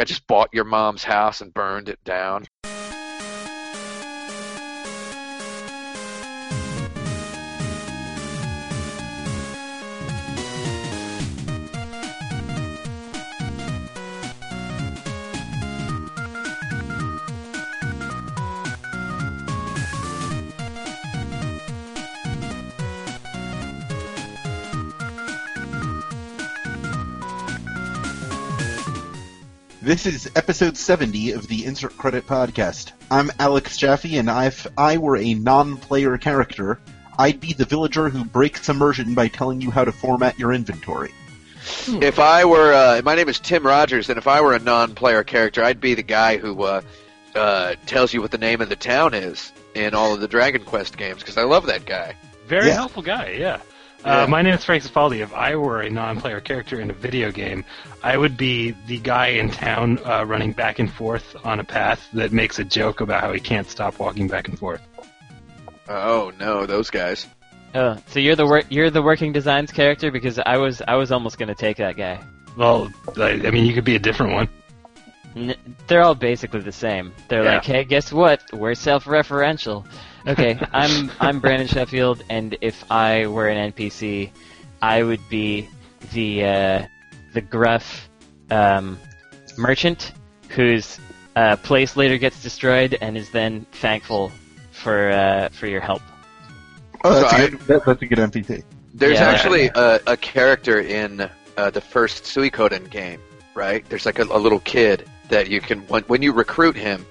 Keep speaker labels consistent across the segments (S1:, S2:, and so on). S1: I just bought your mom's house and burned it down.
S2: This is episode 70 of the Insert Credit Podcast. I'm Alex Jaffe, and if I were a non player character, I'd be the villager who breaks immersion by telling you how to format your inventory.
S1: If I were, uh, my name is Tim Rogers, and if I were a non-player character, I'd be the guy who uh, uh, tells you what the name of the town is in all of the Dragon Quest games because I love that guy.
S3: Very
S2: Yeah.
S3: helpful guy, yeah.
S1: Yeah.
S3: Uh, my name is Frank Cifaldi. If I were a non-player character in a video game, I would be the guy in town uh, running back and forth on a path that makes a joke about how he can't stop walking back and forth.
S1: Oh no, those guys.
S4: Oh, so you're the wor- you're the working designs character because I was I was almost gonna take that guy.
S3: Well, I, I mean, you could be a different one.
S4: N- they're all basically the same. They're
S3: Yeah.
S4: like, hey, guess what? We're self-referential. Okay, I'm I'm Brandon Sheffield, and if I were an NPC, I would be the uh, the gruff um, merchant whose uh, place later gets destroyed and is then thankful for uh, for your help.
S2: Oh,
S1: So
S2: that's,
S1: I-
S2: a good, that, that's a good NPC.
S1: There's
S4: Yeah.
S1: actually a, a character in uh, the first Suikoden game, right? There's like a, a little kid that you can when, when you recruit him,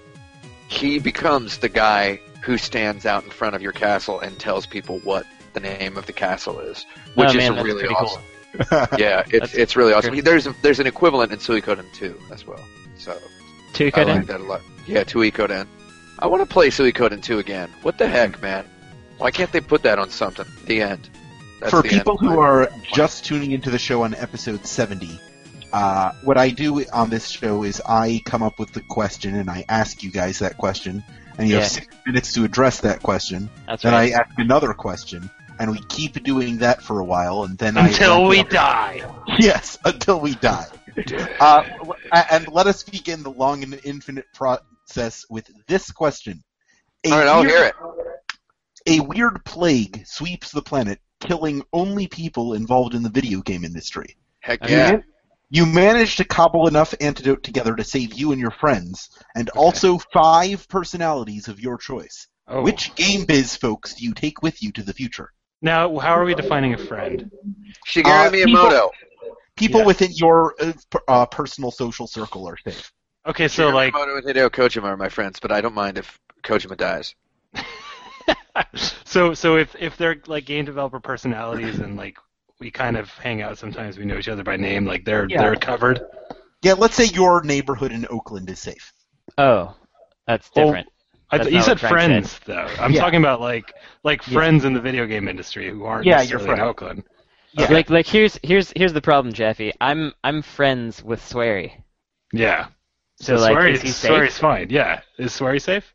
S1: he becomes the guy who stands out in front of your castle and tells people what the name of the castle is, which
S4: Oh, man,
S1: is
S4: that's
S1: really
S4: pretty
S1: awesome.
S4: cool.
S1: yeah, it's
S4: That's
S1: it's really awesome.
S4: great.
S1: There's there's an equivalent in Suikoden 2 as well. So
S4: Two
S1: I like that a lot. Yeah, Suikoden. I want to play Suikoden 2 again. What the heck, man? Why can't they put that on something? The end. That's
S2: For
S1: the
S2: people
S1: end.
S2: who are just tuning into the show on episode 70, uh, what I do on this show is I come up with the question and I ask you guys that question, and you
S4: Yeah.
S2: have six minutes to address that question.
S4: That's
S2: Then
S4: right.
S2: I ask another question, and we keep doing that for a while, and then I
S3: Until
S2: wrap
S3: we
S2: it up.
S3: die.
S2: Yes, until we die. Uh, w- a- and let us begin the long and infinite process with this question. A
S1: All right, I'll
S2: weird-
S1: hear it.
S2: A weird plague sweeps the planet, killing only people involved in the video game industry.
S1: Heck
S4: I
S1: yeah.
S4: mean,
S2: You manage to cobble enough antidote together to save you and your friends, and also five personalities of your choice.
S3: Oh.
S2: Which game biz folks do you take with you to the future?
S3: Now, how are we defining a friend?
S1: Shigeru
S2: Uh,
S1: Miyamoto.
S2: People
S3: Yeah.
S2: within your uh, per- uh, personal social circle are safe.
S3: Okay, so
S1: Shigeru
S3: like,
S1: Miyamoto and Hideo Kojima are my friends, but I don't mind if Kojima dies.
S3: so so if if they're like game developer personalities and like we kind of hang out sometimes, we know each other by name, like they're
S4: Yeah.
S3: they're covered.
S2: Yeah, let's say your neighborhood in Oakland is safe.
S4: Oh, that's
S3: Well,
S4: different.
S3: I
S4: That's
S3: th- you
S4: not
S3: said
S4: what Frank
S3: friends, though. I'm
S2: Yeah.
S3: talking about like like
S4: Yeah.
S3: friends in the video game industry who aren't
S2: Yeah, your
S3: necessarily in
S2: friend.
S3: Oakland.
S2: Yeah.
S4: Like like here's here's here's the problem, Jeffy. I'm I'm friends with Swery.
S3: Yeah.
S4: So, like,
S3: Swery's-
S4: is he safe?
S3: Swery's fine. Yeah. Is Swery safe?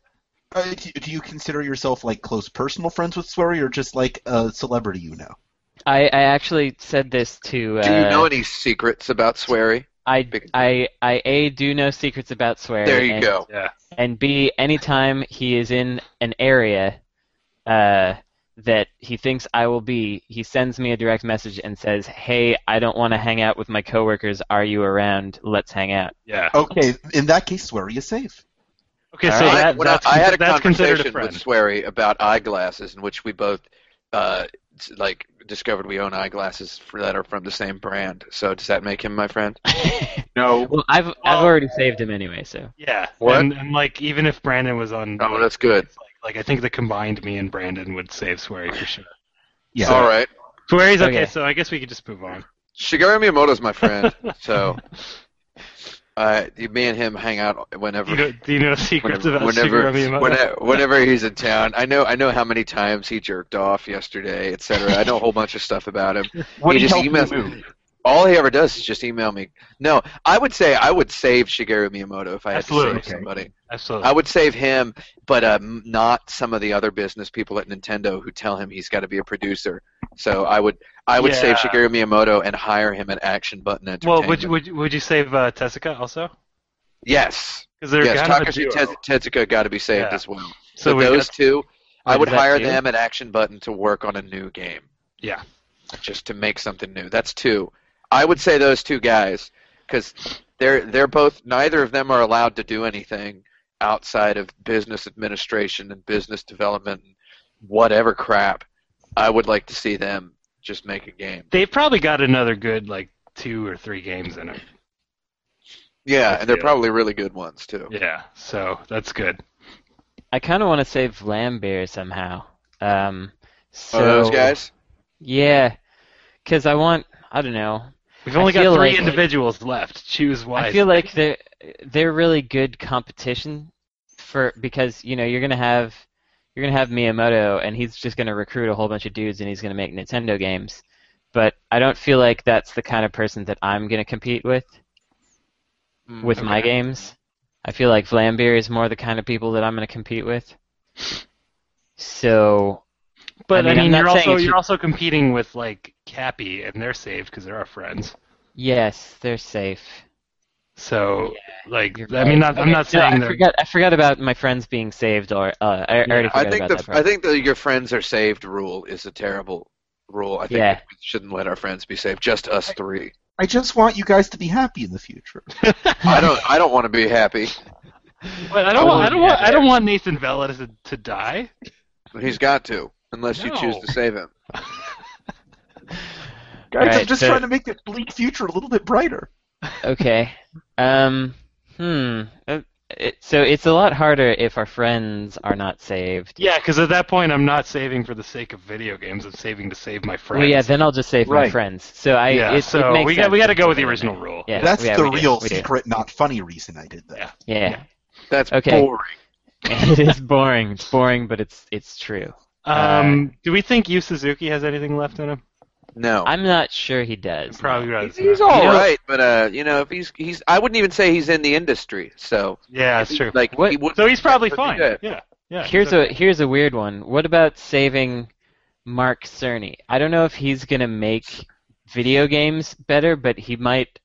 S2: Uh, do, do you consider yourself like close personal friends with Swery, or just like a celebrity you know?
S4: I, I actually said this to uh,
S1: Do you know any secrets about Swery?
S4: I I I a do know secrets about Swery.
S1: There you
S4: and,
S1: go.
S3: Yeah.
S4: And b anytime he is in an area uh, that he thinks I will be, he sends me a direct message and says, "Hey, I don't want to hang out with my coworkers. Are you around? Let's hang out."
S3: Yeah.
S2: Okay, in that case, Swery is safe.
S3: Okay,
S4: all
S3: so
S4: right.
S1: I,
S3: that,
S1: when I-
S3: that's,
S1: I had a
S3: that's considered a
S1: conversation
S3: friend.
S1: with Swery about eyeglasses, in which we both uh, s- like discovered we own eyeglasses for, that are from the same brand. So does that make him my friend?
S2: No.
S4: Well, I've I've
S3: Well-
S4: already saved him anyway, so
S3: Yeah.
S1: What?
S3: And, and like even if Brandon was on
S1: Oh,
S3: like,
S1: that's good.
S3: like I think the combined me and Brandon would save Swery for sure.
S2: Yeah.
S1: All right.
S3: Swery's okay,
S4: Okay.
S3: so I guess we could just move on.
S1: Shigeru Miyamoto's my friend, so uh, you- me and him hang out whenever.
S3: Do you know, do you know secrets
S1: Whenever,
S3: about
S1: whenever,
S3: Shigeru Miyamoto?
S1: whenever, whenever he's in town, I know I know how many times he jerked off yesterday, etc. I know a whole bunch of stuff about him.
S2: What
S1: He
S2: do you
S1: just
S2: help you
S1: emails-
S2: move?
S1: All he ever does is just email me. No, I would say I would save Shigeru Miyamoto if I had
S3: Absolutely.
S1: to save somebody.
S3: Absolutely.
S1: I would save him, but um, not some of the other business people at Nintendo who tell him he's got to be a producer. So I would I would save
S3: Yeah.
S1: Shigeru Miyamoto and hire him at Action Button Entertainment.
S3: well, would you, would you, would you save uh, Tessica also?
S1: Yes,
S3: because they're
S1: yes.
S3: kind of a
S1: Takashi
S3: duo.
S1: Tez- Tezuka got to be saved
S3: Yeah.
S1: as well.
S3: So
S1: So
S3: we
S1: those two, I
S4: What
S1: would
S4: does that
S1: hire
S4: do?
S1: them at Action Button to work on a new game.
S3: Yeah.
S1: Just to make something new. That's two. I would say those two guys because they're they're both neither of them are allowed to do anything outside of business administration and business development and whatever crap. I would like to see them just make a game.
S3: they've probably got another good like two or three games in them.
S1: Yeah, and they're
S3: Yeah.
S1: probably really good ones too.
S3: Yeah, so that's good.
S4: I kind of want to save Lambert somehow. Um, so
S1: Oh, those guys.
S4: Yeah, because I want. I don't know.
S3: We've only
S4: I feel
S3: got three
S4: like-
S3: individuals left. Choose wisely.
S4: I feel like they're they're really good competition for because you know you're gonna have you're gonna have Miyamoto and he's just gonna recruit a whole bunch of dudes and he's gonna make Nintendo games. But I don't feel like that's the kind of person that I'm gonna compete with with my
S1: Okay.
S4: games. I feel like Vlambeer is more the kind of people that I'm gonna compete with. So
S3: but
S4: I
S3: I
S4: mean, I'm
S3: mean,
S4: not
S3: you're
S4: saying
S3: also
S4: it should-
S3: you're also competing with like Cappy, and they're saved because they're our friends.
S4: yes, they're safe.
S3: So like,
S4: You're
S3: I mean,
S4: right.
S3: not, I'm
S4: Okay,
S3: not
S4: no,
S3: saying
S4: I
S3: they're
S4: forgot. I forgot about my friends being saved, or uh, I, I already
S3: Yeah.
S4: forgot
S1: I think
S4: about
S1: the
S4: that. part.
S1: I think the your friends are saved rule is a terrible rule. I think
S4: Yeah.
S1: we shouldn't let our friends be saved. Just us three.
S2: I just want you guys to be happy in the future.
S1: I don't I don't want to be happy.
S3: But I don't want, I don't
S4: yeah,
S3: want, I don't want Nathan Vela to, to die.
S1: He's got to, unless you
S3: No.
S1: choose to save him.
S2: Guys, I'm
S4: Right,
S2: just
S4: so-
S2: trying to make the bleak future a little bit brighter.
S4: Okay. Um. Hmm. Uh, It, so it's a lot harder if our friends are not saved.
S3: Yeah, because at that point I'm not saving for the sake of video games. I'm saving to save my friends.
S4: Well, yeah. Then I'll just save my
S2: Right.
S4: friends. So I.
S3: Yeah,
S4: it- it,
S3: so
S4: makes
S3: we got- we
S4: sense
S3: gotta go with
S4: put it
S3: the
S4: in
S3: original
S4: there.
S3: rule.
S4: Yeah.
S2: That's
S4: yeah,
S2: the
S4: we do,
S2: real
S4: we do.
S2: secret, not funny reason I did that.
S3: Yeah.
S4: Yeah.
S1: That's
S4: Okay.
S1: boring.
S4: it is boring. It's boring, but it's it's true.
S3: Um, do we think Yu Suzuki has anything left in him?
S1: No.
S4: I'm not sure he does.
S3: Probably rather
S1: He's, he's
S3: not.
S1: all
S4: You know-
S1: right, but uh, you know, if he's he's, I wouldn't even say he's in the industry. So
S3: Yeah, that's true.
S1: Like
S4: What-
S1: he would.
S3: so he's probably
S1: Pretty
S3: fine.
S1: good.
S3: Yeah. Yeah.
S4: Here's a here's a weird one. What about saving Mark Cerny? I don't know if he's gonna make video games better, but he might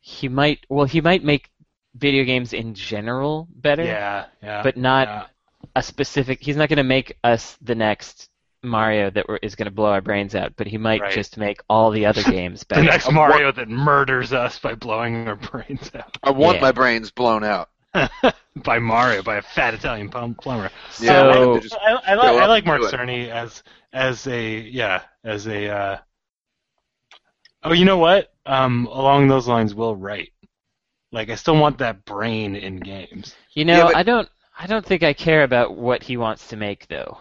S4: he might well he might make video games in general better.
S3: Yeah. Yeah.
S4: But not
S3: yeah.
S4: a specific. He's not gonna make us the next Mario that we're, is gonna blow our brains out, but he might
S3: Right.
S4: just make all the other games
S3: the
S4: better.
S3: next Mario that murders us by blowing our brains out
S1: I want
S4: yeah.
S1: my brains blown out.
S3: by Mario by a fat Italian plum- plumber.
S1: Yeah, I want
S4: so
S1: them to just
S3: I, I,
S1: Go
S3: like, I
S1: up
S3: like
S1: and
S3: Mark
S1: do it.
S3: Cerny as as a yeah as a. Uh... Oh, you know what? Um, along those lines, Will Wright. Like, I still want that brain in games.
S4: you know,
S1: Yeah, but-
S4: I don't I don't think I care about what he wants to make though.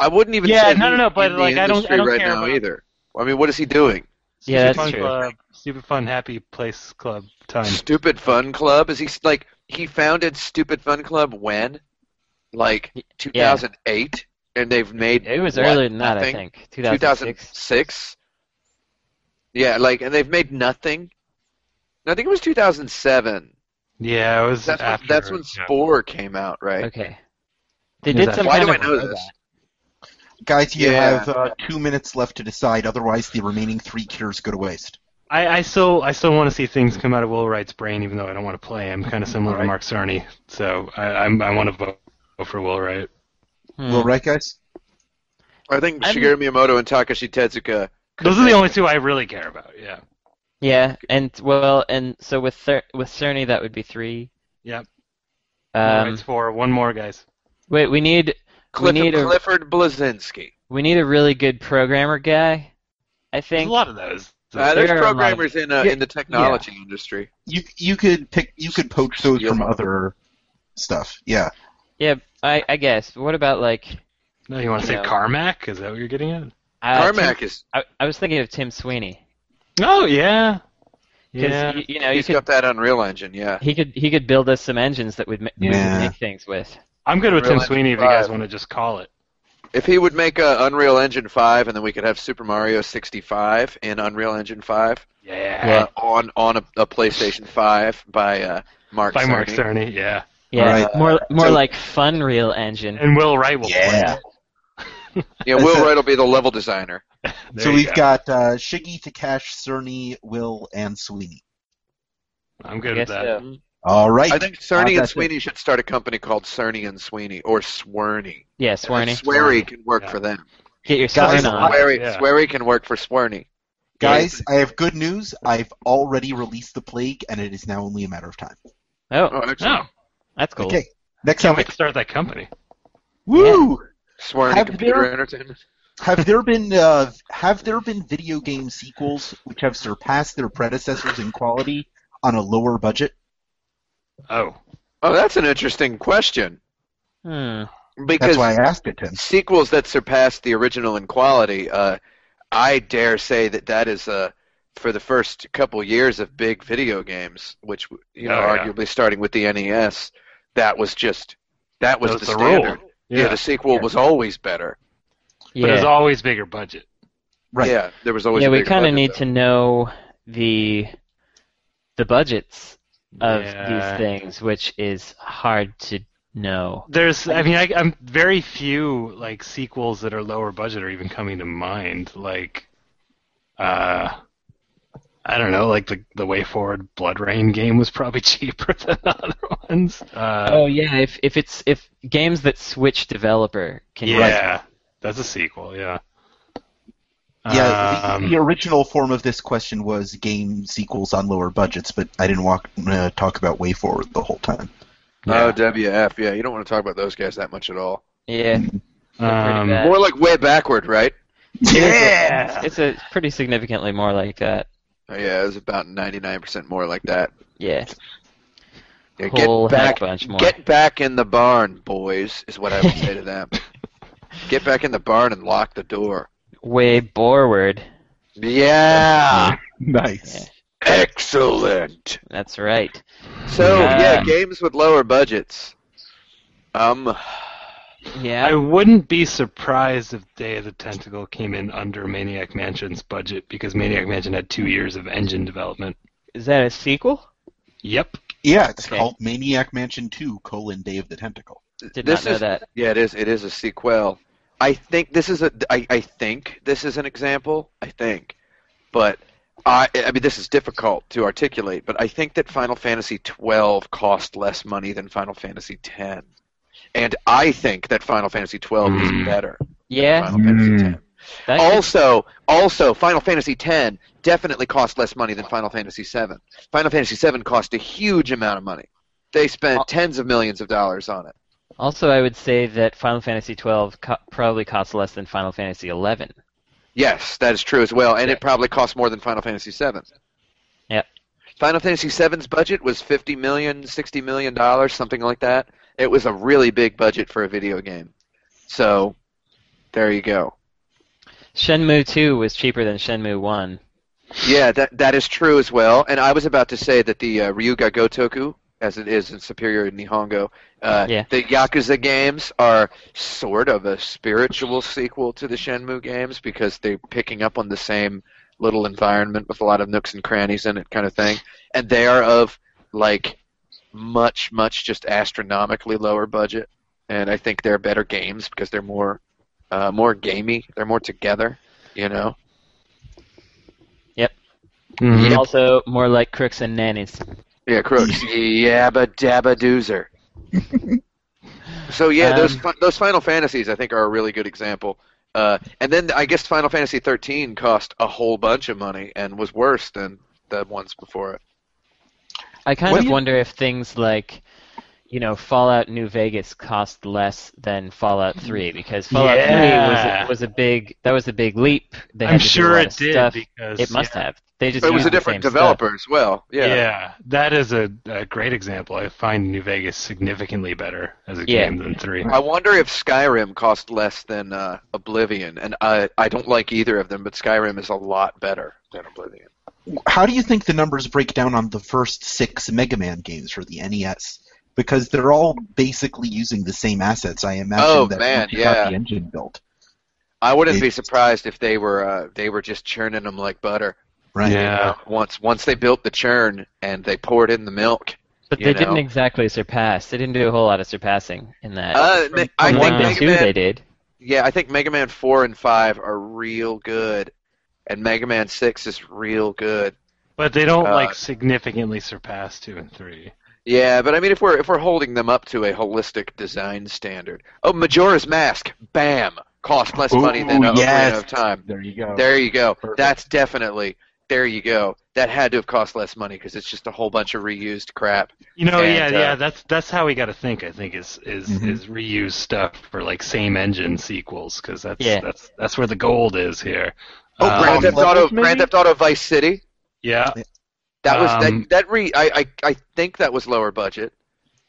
S1: I wouldn't even.
S3: Yeah,
S1: say
S3: no, no,
S1: he's
S3: no, but,
S1: in
S3: like,
S1: the
S3: I don't- I
S1: industry
S3: don't
S1: right
S3: care
S1: now
S3: about-
S1: either. I mean, what is he doing?
S4: Yeah, that's
S3: fun
S4: true.
S3: Club, stupid fun, happy place club time.
S1: Stupid Fun Club? Is he s- like he founded Stupid Fun Club when? Like 2008, and they've made
S4: It was
S1: what,
S4: earlier than that, I
S1: nothing?
S4: think. 2006.
S1: 2006. Yeah, like and they've made nothing. I think it was 2007.
S3: Yeah, it was
S1: That's when,
S3: after.
S1: that's when
S3: yeah.
S1: Spore came out, right?
S4: Okay. They
S3: Here's
S4: did
S3: that.
S4: some
S1: Why
S4: kind
S1: do I
S4: of
S1: know
S4: robot.
S1: this?
S2: Guys, you
S1: Yeah.
S2: have uh, two minutes left to decide, otherwise, the remaining three cures go to waste.
S3: I, I still I still want to see things come out of Will Wright's brain, even though I don't want to play him. Kind of similar to
S2: Right.
S3: Mark Cerny, so I I'm, I want to vote for Will Wright.
S4: Hmm.
S2: Well, right, guys?
S1: I think
S4: I'm-
S1: Shigeru Miyamoto and Takashi Tezuka.
S3: Those are the only two I really care about. Yeah.
S4: Yeah, and well, and so with Cer- with Cerny that would be three.
S3: Yep. Will
S4: Um,
S3: Wright's four. One more, guys.
S4: wait, we need
S1: Clifford,
S4: need a-
S1: Clifford Blazinski.
S4: we need a really good programmer guy. I
S3: There's
S4: think.
S3: a lot of those.
S1: Uh,
S4: there
S1: there's
S4: are a lot of-
S1: programmers in uh,
S4: Yeah,
S1: in the technology industry.
S2: You you could pick you could poach those
S1: Steal
S2: from
S1: them.
S2: other stuff. Yeah.
S4: Yeah, I I guess. But what about like?
S3: no, you want to
S4: Yeah.
S3: say Carmack? Is that what you're getting at?
S4: Uh,
S1: Carmack
S4: Tim-
S1: is
S4: I, I was thinking of Tim Sweeney
S3: Oh yeah.
S4: 'Cause
S3: Yeah.
S4: you, you know you
S1: he's
S4: could
S1: got that Unreal Engine, yeah.
S4: he could he could build us some engines that we'd ma- we
S2: Yeah.
S4: could make things with.
S3: I'm good with Tim
S1: Real
S3: Sweeney if you
S1: Engine
S3: guys
S1: five.
S3: want to just call it.
S1: If he would make a Unreal Engine 5 and then we could have Super Mario 65 in Unreal Engine 5
S3: Yeah.
S1: uh, on on a, a PlayStation 5 by uh, Mark
S3: By Mark
S1: Cerny.
S3: Cerny. Yeah.
S4: Yeah,
S2: Right.
S4: more more
S2: So-
S4: like Funreal Engine.
S3: And Will Wright will play.
S2: Yeah.
S1: Yeah, Will Wright will be the level designer.
S3: There
S2: So
S3: you
S2: we've
S3: go.
S2: got uh, Shiggy, Takash, Cerny, Will, and Sweeney.
S3: I'm
S4: I
S3: good with
S4: guess
S3: that.
S4: so.
S2: All right.
S1: I think Cerny and
S4: that's it.
S1: Sweeney should start a company called Cerny and Sweeney or Swerney.
S4: Yeah, Swerny.
S1: Swery can work
S3: Yeah.
S1: for them.
S4: Get your
S2: Guys,
S4: Swern on.
S3: I-
S1: Swery,
S3: yeah.
S1: Swery can work for Swerney.
S2: Guys, I have good news. I've already released the plague, and it is now only a matter of time.
S4: Oh,
S1: Oh, excellent.
S3: No,
S4: that's cool.
S2: Okay, next
S3: can't wait
S2: topic.
S3: to start that company.
S2: Woo!
S1: Swerney
S2: Have
S1: Computer
S2: there-
S1: Entertainment.
S2: Have there been uh, have there been video game sequels which have surpassed their predecessors in quality on a lower budget?
S3: Oh,
S1: Oh, that's an interesting question
S4: Hmm.
S1: because
S2: That's why I asked it, Tim.
S1: sequels that surpass the original in quality, uh, I dare say that that is uh, for the first couple years of big video games, which you know,
S3: Oh, yeah.
S1: arguably starting with the NES, that was just that was
S3: That was
S1: the
S3: the rule.
S1: standard. Yeah. the sequel was always better.
S3: but it was
S4: Yeah.
S3: always bigger budget.
S2: Right.
S1: Yeah, there was always.
S4: Yeah,
S1: a
S4: we
S1: bigger
S4: kind of
S1: budget,
S4: need
S1: though.
S4: to know the the budgets of
S3: Yeah.
S4: these things, which is hard to know.
S3: There's, I mean, I, I'm very few like sequels that are lower budget are even coming to mind. Like, uh, I don't know, like the the Way Forward Blood Rain game was probably cheaper than other ones. Uh,
S4: oh yeah, if if it's if games that switch developer can
S3: yeah, that's a sequel. Yeah.
S2: Yeah,
S3: Um,
S2: the, the original form of this question was game sequels on lower budgets, but I didn't walk, uh, talk about Way Forward the whole time.
S1: Oh, WF. Yeah, you don't want to talk about those guys that much at all.
S4: yeah, pretty
S3: um,
S4: bad.
S1: More like way backward, right?
S2: Yeah!
S4: it's a pretty significantly more like that.
S1: Oh, yeah, it was about ninety nine percent more like that.
S4: Yeah,
S1: Yeah,
S4: whole
S1: get
S4: heck
S1: back,
S4: bunch more.
S1: get back in the barn, boys, is what I would say to them. Get back in the barn and lock the door.
S4: Way forward.
S1: Yeah,
S2: Ah. Nice.
S1: excellent.
S4: That's right.
S1: So
S4: Yeah.
S1: yeah, games with lower budgets. Um,
S3: I
S4: Yeah.
S3: wouldn't be surprised if Day of the Tentacle came in under Maniac Mansion's budget because Maniac Mansion had two years of engine development.
S4: Is that a sequel?
S3: Yep.
S2: Yeah, it's
S4: Okay.
S2: called Maniac Mansion 2, colon, Day of the Tentacle.
S4: Did
S1: This
S4: not know
S1: is-
S4: that.
S1: yeah, it is. It is a sequel. I think this is a. I, I think this is an example. I think, but I. I mean, this is difficult to articulate. But I think that Final Fantasy twelve cost less money than Final Fantasy ten, and I think that Final Fantasy twelve
S3: Mm.
S1: is better.
S4: Yeah.
S1: Final Fantasy
S3: Mm.
S1: X.
S4: that-
S1: Also, also, Final Fantasy X definitely cost less money than Final Fantasy VII. Final Fantasy VII cost a huge amount of money. They spent tens of millions of dollars on it.
S4: also, I would say that Final Fantasy XII co- probably costs less than Final Fantasy XI.
S1: Yes, that is true as well, and
S4: Yeah.
S1: it probably cost more than Final Fantasy VII.
S4: Yep.
S1: Final Fantasy VII's budget was fifty million, sixty million dollars, something like that. It was a really big budget for a video game. So, there you go.
S4: Shenmue 2 was cheaper than Shenmue 1.
S1: Yeah, that that is true as well. And I was about to say that the uh, Ryuga Gotoku, as it is in Superior Nihongo, uh,
S4: Yeah.
S1: the Yakuza games are sort of a spiritual sequel to the Shenmue games because they're picking up on the same little environment with a lot of nooks and crannies in it, kind of thing. And they are of like much, much just astronomically lower budget. And I think they're better games because they're more, uh, more gamey. They're more together, you know.
S4: Mm-hmm.
S1: Mm-hmm.
S3: Mhm.
S4: Also, more like crooks and nannies.
S1: Yeah, Crooks. Yabba dabba doozer. so yeah, those
S4: Um,
S1: fi- those Final Fantasies I think are a really good example. Uh, and then I guess Final Fantasy 13 cost a whole bunch of money and was worse than the ones before it.
S4: I kind
S2: What
S4: of
S2: do you-
S4: wonder if things like, you know, Fallout New Vegas cost less than Fallout
S1: Mm.
S4: 3 because Fallout 3
S3: Yeah.
S4: was was a big that was a big leap. They had
S3: I'm
S4: to do a
S3: sure
S4: lot
S3: it
S4: of
S3: did
S4: stuff.
S3: because
S4: It must
S3: yeah.
S4: have. They just
S1: But it was
S4: used
S1: a
S4: the
S1: different
S4: same
S1: developer as well.
S3: Yeah.
S1: Yeah.
S3: that is a, a great example. I find New Vegas significantly better as a
S4: Yeah.
S3: game than three.
S1: I wonder if Skyrim cost less than uh, Oblivion, and I I don't like either of them, but Skyrim is a lot better than Oblivion.
S2: How do you think the numbers break down on the first six Mega Man games for the NES? Because they're all basically using the same assets. I imagine
S1: Oh,
S2: that
S1: man,
S2: once you got
S1: yeah.
S2: the engine built,
S1: I wouldn't be
S2: It's-
S1: surprised if they were uh, they were just churning them like butter.
S2: right?
S3: Yeah.
S1: once once they built the churn and they poured in the milk.
S4: But
S1: you
S4: they didn't
S1: know.
S4: exactly surpass. They didn't do a whole lot of surpassing in that.
S1: Uh, Ma- I
S4: From
S1: think
S4: one to
S1: Mega
S4: two,
S1: Man,
S4: they did.
S1: yeah, I think Mega Man four and five are real good, and Mega Man six is real good.
S3: But they don't
S1: Uh,
S3: like significantly surpass two and three.
S1: Yeah, but I mean, if we're if we're holding them up to a holistic design standard, oh, Majora's Mask, bam, cost less money than
S2: Ooh,
S1: Ocarina
S2: yes. Oh,
S1: of Time.
S5: There you go.
S1: There you go.
S5: Perfect.
S1: That's definitely there. You go. That had to have cost less money because it's just a whole bunch of reused crap.
S3: You know,
S1: And,
S3: yeah,
S1: uh,
S3: yeah. That's that's how we got to think. I think is is
S2: Mhm.
S3: is reuse stuff for like same engine sequels because that's
S4: Yeah.
S3: that's that's where the gold is here.
S1: Oh,
S2: Uh,
S3: Um,
S1: Grand Theft
S2: levels,
S1: Auto,
S5: maybe?
S1: Grand Theft Auto Vice City.
S3: yeah,
S1: That was
S3: Um,
S1: that that re. I, I I think that was lower budget,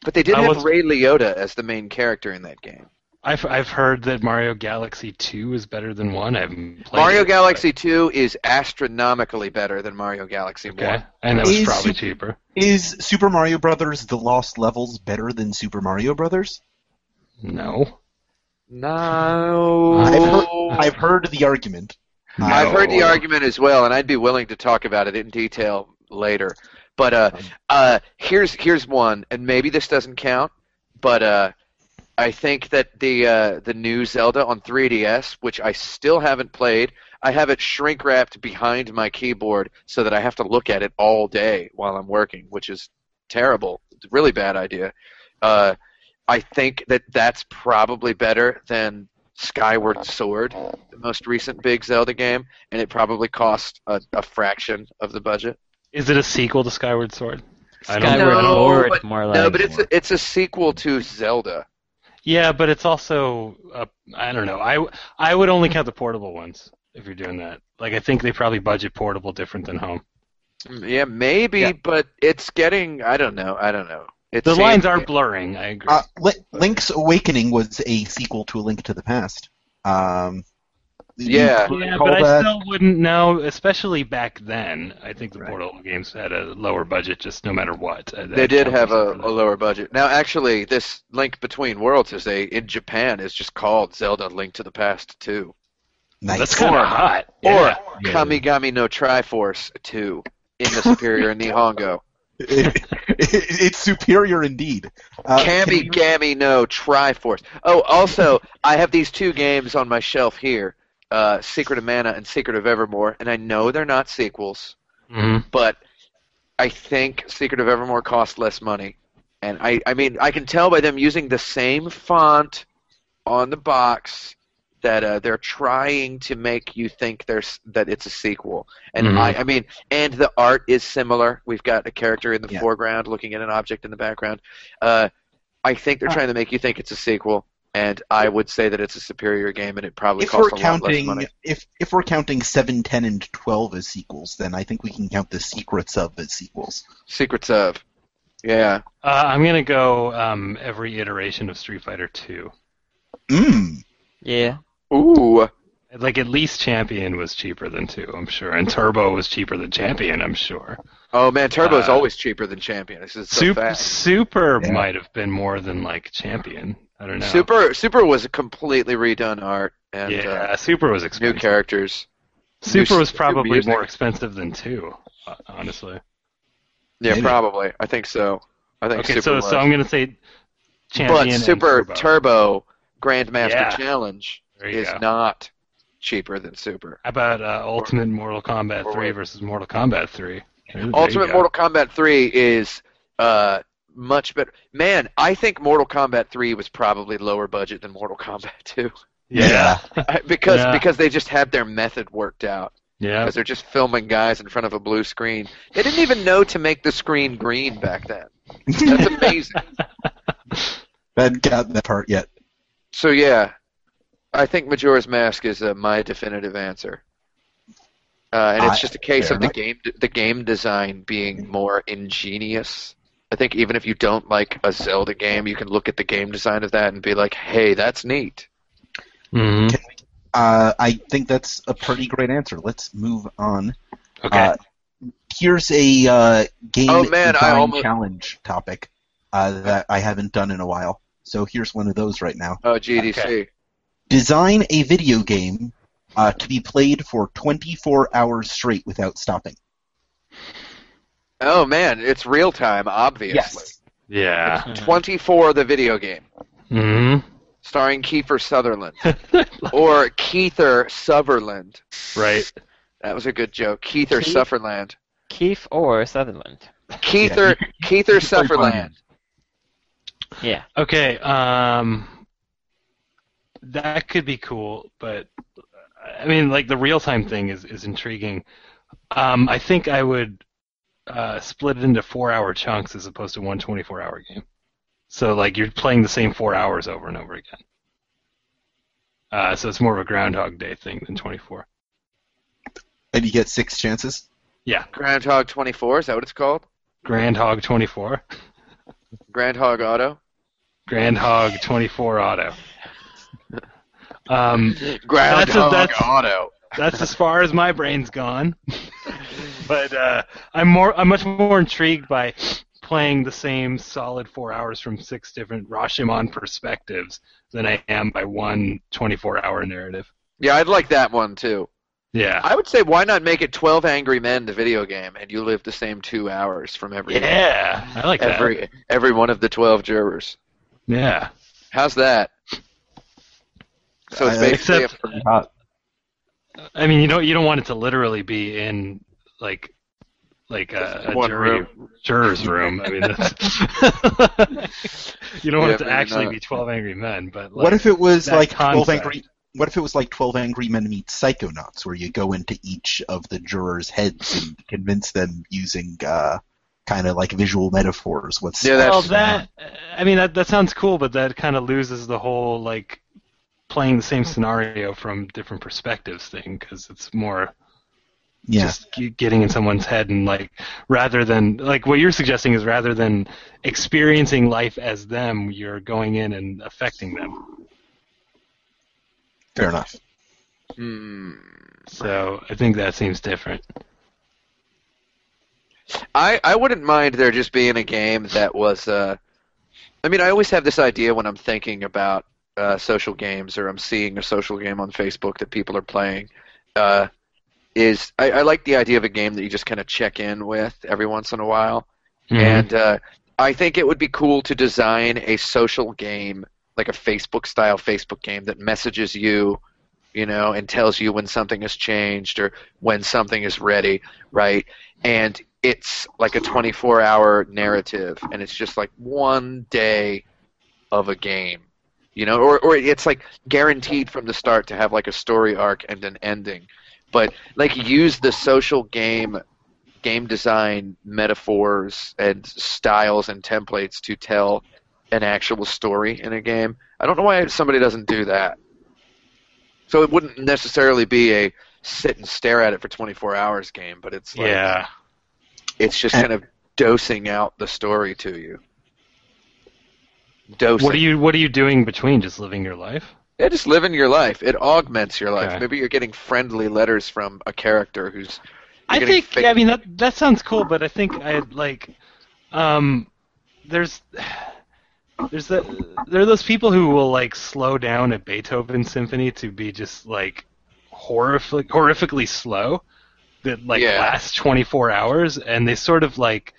S1: but they did
S3: I
S1: have
S3: was-
S1: Ray Liotta as the main character in that game.
S3: I've I've heard that Mario Galaxy Two is better than one. I haven't played
S1: Mario
S3: it, but-
S1: Galaxy Two is astronomically better than Mario Galaxy
S3: Okay,
S1: One.
S3: and that was
S2: Is-
S3: probably cheaper.
S2: Is Super Mario Brothers The Lost Levels better than Super Mario Brothers?
S3: No.
S1: No,
S2: I've heard, I've heard the argument.
S1: I've
S3: No.
S1: heard the argument as well, and I'd be willing to talk about it in detail later. But uh, uh, here's here's one, and maybe this doesn't count, but uh, I think that the uh, the new Zelda on 3DS, which I still haven't played, I have it shrink wrapped behind my keyboard so that I have to look at it all day while I'm working, which is terrible. It's a really bad idea. Uh, I think that that's probably better than Skyward Sword, the most recent big Zelda game, and it probably cost a, a fraction of the budget.
S3: Is it a sequel to Skyward Sword? I don't
S4: Skyward
S1: know,
S4: Sword,
S1: but-
S4: more like.
S1: No, but it's a, it's a sequel to Zelda.
S3: Yeah, but it's also uh, I don't know. I w- I would only count the portable ones if you're doing that. Like I think they probably budget portable different than home.
S1: Mm, Yeah, maybe,
S2: Yeah.
S1: but it's getting. I don't know. I don't know. It
S3: The
S1: seems-
S3: lines are blurring. I agree.
S2: Uh, Li- Link's Awakening was a sequel to A Link to the Past. Um, you
S1: Yeah.
S2: could
S3: yeah,
S2: call
S3: but I
S2: that-
S3: still wouldn't know, especially back then. I think the portable games had a lower budget, just no matter what. Uh,
S1: They
S3: that
S1: did
S3: counts
S1: have a,
S3: for
S1: a
S3: that.
S1: lower budget. Now, actually, this Link Between Worlds is a in Japan is just called Zelda Link to the Past Two
S2: nice.
S3: That's kind
S1: Or-
S3: of hot.
S1: or
S3: yeah.
S1: Kamigami no Triforce Two in the Superior Nihongo.
S2: It- it- it's superior indeed. Uh,
S1: Can
S2: can
S1: Cammy
S2: you-
S1: Gammy No Triforce. Oh, also, I have these two games on my shelf here uh, Secret of Mana and Secret of Evermore, and I know they're not sequels,
S3: Mhm.
S1: but I think Secret of Evermore cost less money. And I, I mean, I can tell by them using the same font on the box that uh, they're trying to make you think there's that it's a sequel. And
S3: Mhm.
S1: I, I mean, and the art is similar. We've got a character in the
S2: Yeah.
S1: foreground looking at an object in the background. Uh, I think they're
S2: Uh.
S1: trying to make you think it's a sequel, and I would say that it's a superior game, and it probably
S2: if we're
S1: costs a lot less
S2: counting
S1: money.
S2: if if we're counting 7, 10, and twelve as sequels, then I think we can count the secrets of as sequels.
S1: Secrets of, yeah.
S3: Uh, I'm gonna go um, every iteration of Street Fighter Two.
S2: Mm.
S4: yeah.
S1: Ooh,
S3: Like at least Champion was cheaper than two, I'm sure, and Turbo was cheaper than Champion, I'm sure.
S1: oh man, Turbo's
S3: Uh,
S1: always cheaper than Champion. This is so
S3: Super,
S1: fast.
S3: Super
S2: Yeah.
S3: might have been more than like Champion. I don't know.
S1: Super, Super was a completely redone art and
S3: yeah,
S1: uh,
S3: Super was
S1: new
S3: expensive.
S1: characters.
S3: Super
S1: new-
S3: was
S1: new
S3: probably
S1: music.
S3: more expensive than two, uh, honestly.
S1: Yeah,
S2: Maybe.
S1: probably. I think so. I think
S3: Okay,
S1: Super
S3: so
S1: was.
S3: so I'm gonna say Champion
S1: but
S3: and
S1: Super
S3: Turbo.
S1: Turbo Grandmaster
S3: Yeah.
S1: Challenge
S3: There you
S1: is
S3: go.
S1: not cheaper than Super.
S3: How about uh, Ultimate Mortal Kombat
S1: or
S3: 3
S1: wait.
S3: versus Mortal Kombat 3? There- there
S1: Ultimate
S3: you go.
S1: Mortal Kombat 3 is uh, much better. Man, I think Mortal Kombat 3 was probably lower budget than Mortal Kombat 2
S3: Yeah.
S1: because
S3: Yeah.
S1: because they just had their method worked out.
S3: Yeah.
S1: Because they're just filming guys in front of a blue screen. They didn't even know to make the screen green back then. That's amazing.
S2: That got that part yet.
S1: so yeah, I think Majora's Mask is uh, my definitive answer. Uh, and it's
S2: I-
S1: just a case
S2: fair
S1: of the
S2: enough.
S1: game the game design being more ingenious. I think even if you don't like a Zelda game, you can look at the game design of that and be like, "Hey, that's neat."
S3: Mhm.
S2: Uh, I think that's a pretty great answer. Let's move on.
S3: Okay.
S2: Uh, here's a uh, game
S1: Oh, man, I
S2: design
S1: almost-
S2: challenge topic uh, that I haven't done in a while. So here's one of those right now.
S1: Oh, GDC.
S2: Design a video game uh, to be played for 24 hours straight without stopping.
S1: Oh man, it's real time, obviously.
S3: yeah.
S4: Hmm.
S1: Twenty-four, the video game,
S3: Mhm.
S1: starring Kiefer Sutherland or Keither Sutherland.
S3: Right.
S1: That was a good joke, Keither
S4: Keith?
S1: Sutherland.
S4: Keefe or Sutherland.
S1: Keither Keither Sufferland.
S4: Yeah.
S3: Okay, um, that could be cool, but I mean, like the real time thing is is intriguing. Um, I think I would uh, split it into four hour chunks as opposed to one 24 hour game. So like you're playing the same four hours over and over again. Uh, so it's more of a Groundhog Day thing than 24.
S2: And you get six chances.
S3: Yeah,
S1: Groundhog 24, is that what it's called?
S3: Groundhog 24,
S1: Groundhog Auto?
S3: Groundhog 24 Auto. Um,
S1: Groundhog
S3: that's-
S1: Auto.
S3: that's as far as my brain's gone. but uh, I'm more, I'm much more intrigued by playing the same solid four hours from six different Rashomon perspectives than I am by one 24-hour narrative.
S1: Yeah, I'd like that one too.
S3: Yeah.
S1: I would say why not make it 12 Angry Men the video game and you live the same 2 hours from every
S3: Yeah, I like that.
S1: every every one of the 12 jurors.
S3: yeah,
S1: How's that? So it's
S2: Uh,
S1: basically
S3: except-
S1: a,
S3: I mean, you don't you don't want it to literally be in like like uh, a, a
S1: One
S3: jury, juror's room. I mean, that's, you don't want
S1: Yeah,
S3: it to
S1: maybe
S3: actually
S1: not.
S3: be Twelve Angry Men. But like,
S2: what if it was
S3: that
S2: like twelve
S3: concept.
S2: angry? What if it was like twelve angry men meet psychonauts, where you go into each of the jurors' heads and convince them using uh, kind of like visual metaphors? What's
S1: Yeah, that's-
S3: well, that I mean that that sounds cool, but that kind of loses the whole like playing the same scenario from different perspectives thing because it's more
S2: yeah.
S3: just ge- getting in someone's head and like rather than like what you're suggesting is rather than experiencing life as them, you're going in and affecting them.
S2: fair enough.
S1: hmm.
S3: So I think that seems different.
S1: I I wouldn't mind there just being a game that was. Uh, I mean, I always have this idea when I'm thinking about uh, social games or I'm seeing a social game on Facebook that people are playing. Uh, is I, I like the idea of a game that you just kind of check in with every once in a while,
S3: Mm-hmm.
S1: and uh, I think it would be cool to design a social game like a Facebook style Facebook game that messages you, you know, and tells you when something has changed or when something is ready, right? And it's like a 24 hour narrative and it's just like one day of a game you know or, or it's like guaranteed from the start to have like a story arc and an ending but like use the social game game design metaphors and styles and templates to tell an actual story in a game i don't know why somebody doesn't do that so it wouldn't necessarily be a sit and stare at it for 24 hours game but it's like
S3: yeah.
S1: it's just kind of dosing out the story to you. Dosing.
S3: What are you What are you doing between just living your life?
S1: Yeah, just living your life. It augments your life.
S3: Okay.
S1: Maybe you're getting friendly letters from a character who's.
S3: I
S1: getting
S3: think
S1: fa-
S3: I mean that that sounds cool, but I think I like um there's there's that there are those people who will like slow down a Beethoven symphony to be just like horrific horrifically slow that like
S1: Yeah.
S3: lasts 24 hours and they sort of like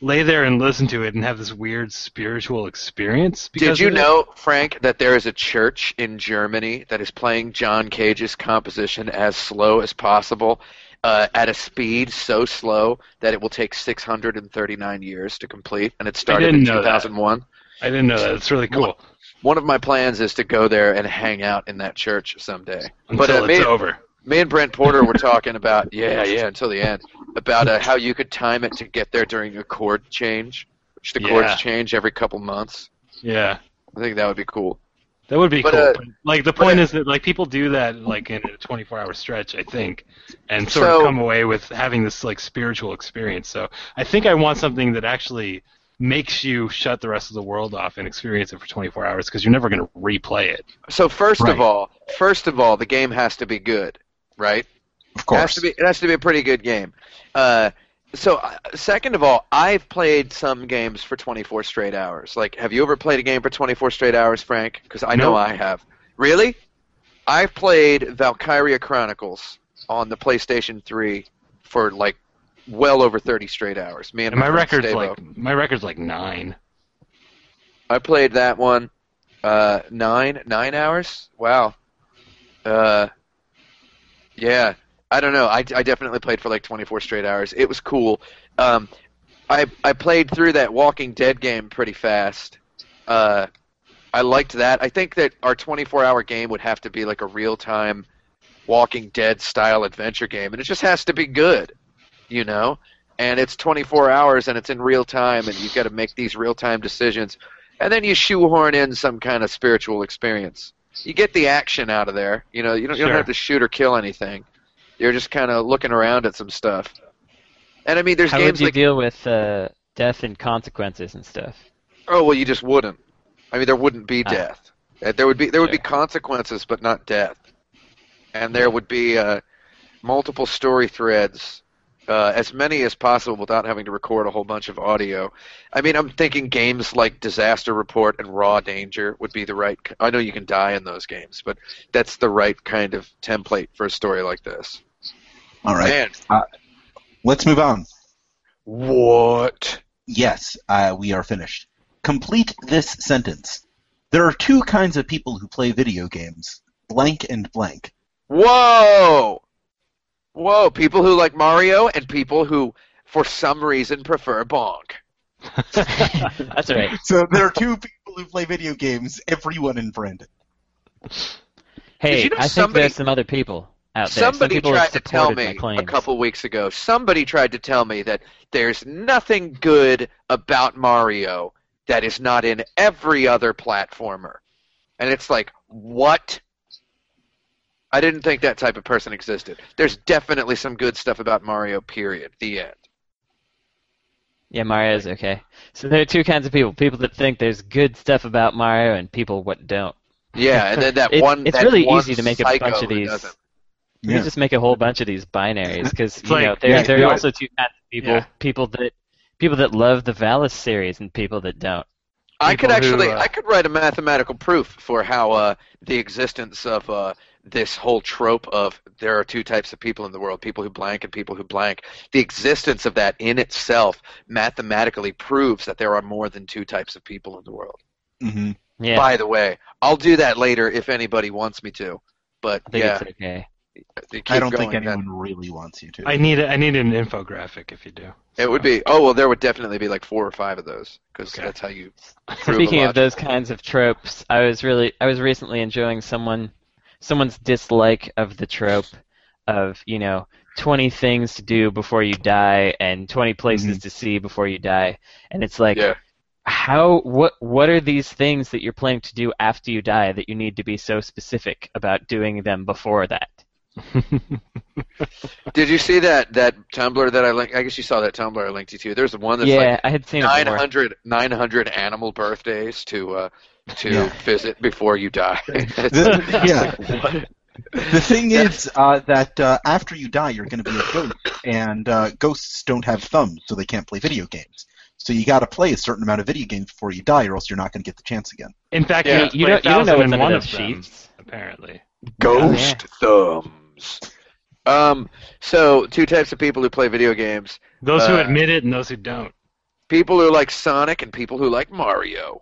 S3: lay there and listen to it and have this weird spiritual experience
S1: Did
S3: because
S1: you
S3: of it.
S1: know, Frank, that there is a church in Germany that is playing John Cage's composition as slow as possible, uh, at a speed so slow that it will take 639 years to complete, and it started
S3: didn't
S1: in
S3: know that.
S1: 2001.
S3: I didn't know that it's really cool
S1: One of my plans is to go there and hang out in that church someday.
S3: until
S1: but uh,
S3: it's
S1: me-
S3: over
S1: Me and Brent Porter were talking about yeah, yeah, until the end about uh, how you could time it to get there during a chord change, which the
S3: Yeah.
S1: chords change every couple months.
S3: yeah
S1: I think that would be cool.
S3: That would be
S1: But,
S3: cool.
S1: uh,
S3: but, like the point
S1: uh,
S3: is that like people do that like in a 24-hour stretch, I think, and sort
S1: So-
S3: of come away with having this like spiritual experience. So I think I want something that actually makes you shut the rest of the world off and experience it for 24 hours because you're never going to replay it.
S1: So first
S2: Right.
S1: of all, first of all, the game has to be good, right?
S2: Of
S1: It
S2: course.
S1: has to be. It has to be a pretty good game. Uh, so uh, second of all, I've played some games for 24 straight hours. Like, have you ever played a game for 24 straight hours, Frank? Because I know
S3: Nope.
S1: I have. Really? I've played Valkyria Chronicles on the PlayStation 3 for like well over 30 straight hours. Me and
S3: And my
S1: friend
S3: record's
S1: Stavo.
S3: like my record's like nine.
S1: I played that one uh, nine nine hours. Wow. Uh, yeah, I don't know. I, I definitely played for like 24 straight hours. It was cool. Um, I I played through that Walking Dead game pretty fast. Uh, I liked that. I think that our 24-hour game would have to be like a real-time Walking Dead style adventure game, and it just has to be good, you know. And it's 24 hours, and it's in real time, and you've got to make these real-time decisions, and then you shoehorn in some kind of spiritual experience. You get the action out of there, you know. You don't, you
S3: Sure.
S1: don't have to shoot or kill anything. You're just kind of looking around at some stuff. And I mean, there's
S4: How would
S1: games
S4: you
S1: like
S4: deal with uh, death and consequences and stuff?
S1: Oh well, you just wouldn't. I mean, there wouldn't be
S4: Ah.
S1: death. Uh, There would be there would be
S4: Sure.
S1: consequences, but not death. And there would be uh, multiple story threads, uh, as many as possible, without having to record a whole bunch of audio. I mean, I'm thinking games like Disaster Report and Raw Danger would be the right. k- I know you can die in those games, but that's the right kind of template for a story like this.
S2: All right,
S1: Man,
S2: let's move on.
S1: what?
S2: Yes, uh, we are finished. Complete this sentence. There are two kinds of people who play video games blank and blank.
S1: Whoa! Whoa, people who like Mario and people who, for some reason, prefer Bonk.
S4: That's all right.
S2: So there are two people who play video games, everyone in Brandon.
S4: Hey,
S1: you know
S4: I think
S1: somebody-
S4: there's some other people out there. Some
S1: Somebody
S4: people have
S1: tried to tell
S4: supported my
S1: me a
S4: claims.
S1: couple weeks ago, somebody tried to tell me that there's nothing good about Mario that is not in every other platformer. And it's like, what? I didn't think that type of person existed. There's definitely some good stuff about Mario, period. The end.
S4: Yeah, Mario's okay. So there are two kinds of people: people that think there's good stuff about Mario, and people what don't.
S1: Yeah, and then that
S4: It's-
S1: one.
S4: it's
S1: that
S4: really
S1: one
S4: easy to make a
S1: psycho
S4: bunch of
S1: who
S4: these.
S1: doesn't.
S4: You just make a whole bunch of these binaries because you know
S3: like-
S4: there,
S2: yeah,
S4: there
S2: do
S4: are
S2: it.
S4: also two kinds of people:
S3: Yeah.
S4: people that people that love the Valis series and people that don't.
S1: I could
S3: people who,
S1: actually,
S3: uh,
S1: I could write a mathematical proof for how uh, the existence of uh, this whole trope of there are two types of people in the world: people who blank and people who blank. The existence of that in itself mathematically proves that there are more than two types of people in the world.
S2: Mm-hmm.
S4: Yeah,
S1: By the way, I'll do that later if anybody wants me to. But
S4: I think
S1: yeah,
S4: it's okay.
S1: keep
S2: I don't
S1: going,
S2: think
S1: that-
S2: anyone really wants you to.
S3: I need a, I need an infographic if you do.
S1: It would be. Oh well, there would definitely be like four or five of those because
S3: Okay.
S1: that's how you. prove a
S4: Speaking of
S1: lot.
S4: those kinds of tropes, I was really I was recently enjoying someone someone's dislike of the trope of, you know, 20 things to do before you die and 20 places to see before you die. And it's like
S1: Mm-hmm. yeah.
S4: how what what are these things that you're planning to do after you die that you need to be so specific about doing them before that?
S1: Did you see that that Tumblr that I linked? I guess you saw that Tumblr I linked you to. There's one that's
S4: yeah,
S1: like
S4: I had seen it before.
S1: 900, 900 animal birthdays to uh, to
S2: Yeah.
S1: visit before you die. It's-
S2: The, yeah. The thing is uh, that uh, after you die, you're going to be a ghost, and uh, ghosts don't have thumbs, so they can't play video games. So you got to play a certain amount of video games before you die, or else you're not going to get the chance again.
S3: In fact,
S1: Yeah.
S3: you,
S4: You-
S3: have to
S4: you
S3: play
S4: don't you don't know what's
S3: 1001
S4: under
S3: of
S4: those
S3: them,
S4: sheets.
S3: apparently.
S1: Ghost thumbs. Um. So two types of people who play video games:
S3: Those who
S1: Uh,
S3: admit it and those who don't.
S1: people who like Sonic and people who like Mario.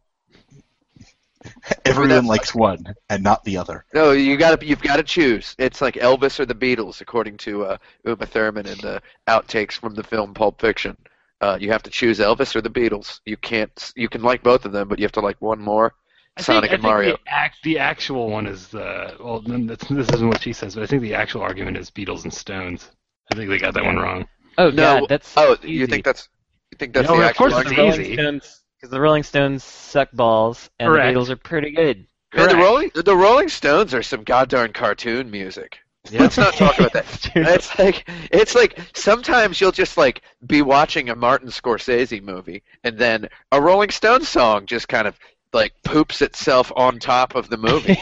S2: Everyone
S1: that's-
S2: likes one and not the other.
S1: No, you got to you've got to choose. It's like Elvis or the Beatles, according to uh, Uma Thurman in the outtakes from the film Pulp Fiction. Uh, you have to choose Elvis or the Beatles. You can't. You can like both of them, but you have to like one more. Sonic
S3: I
S1: and Mario.
S3: The, act, the actual one is the well. then that's- This isn't what she says, but I think the actual argument is Beatles and Stones. I think they got that one wrong.
S4: Oh
S1: No,
S4: god, that's
S1: Oh,
S4: easy.
S1: you think that's you think that's
S3: No,
S1: the
S3: of
S1: actual
S3: course it's
S1: argument?
S4: Rolling
S3: easy.
S4: Stones, because the Rolling Stones suck balls, and
S3: Correct.
S4: the Beatles are pretty good.
S1: Man, the
S3: Correct.
S1: Rolling the Rolling Stones are some goddamn cartoon music.
S3: Yeah.
S1: Let's not talk about that.
S4: That's-
S1: It's like it's like sometimes you'll just like be watching a Martin Scorsese movie and then a Rolling Stones song just kind of like poops itself on top of the movie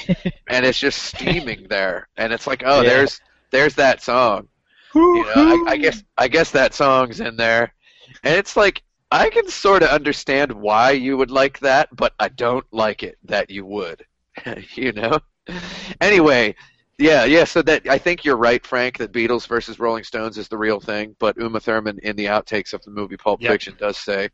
S1: and it's just steaming there and it's like oh
S4: Yeah.
S1: there's there's that song you know, I, I guess I guess that song's in there, and it's like I can sort of understand why you would like that, but I don't like it that you would, you know. Anyway, yeah, yeah. So that I think you're right, Frank. That Beatles versus Rolling Stones is the real thing, but Uma Thurman in the outtakes of the movie Pulp
S3: Yep.
S1: Fiction does say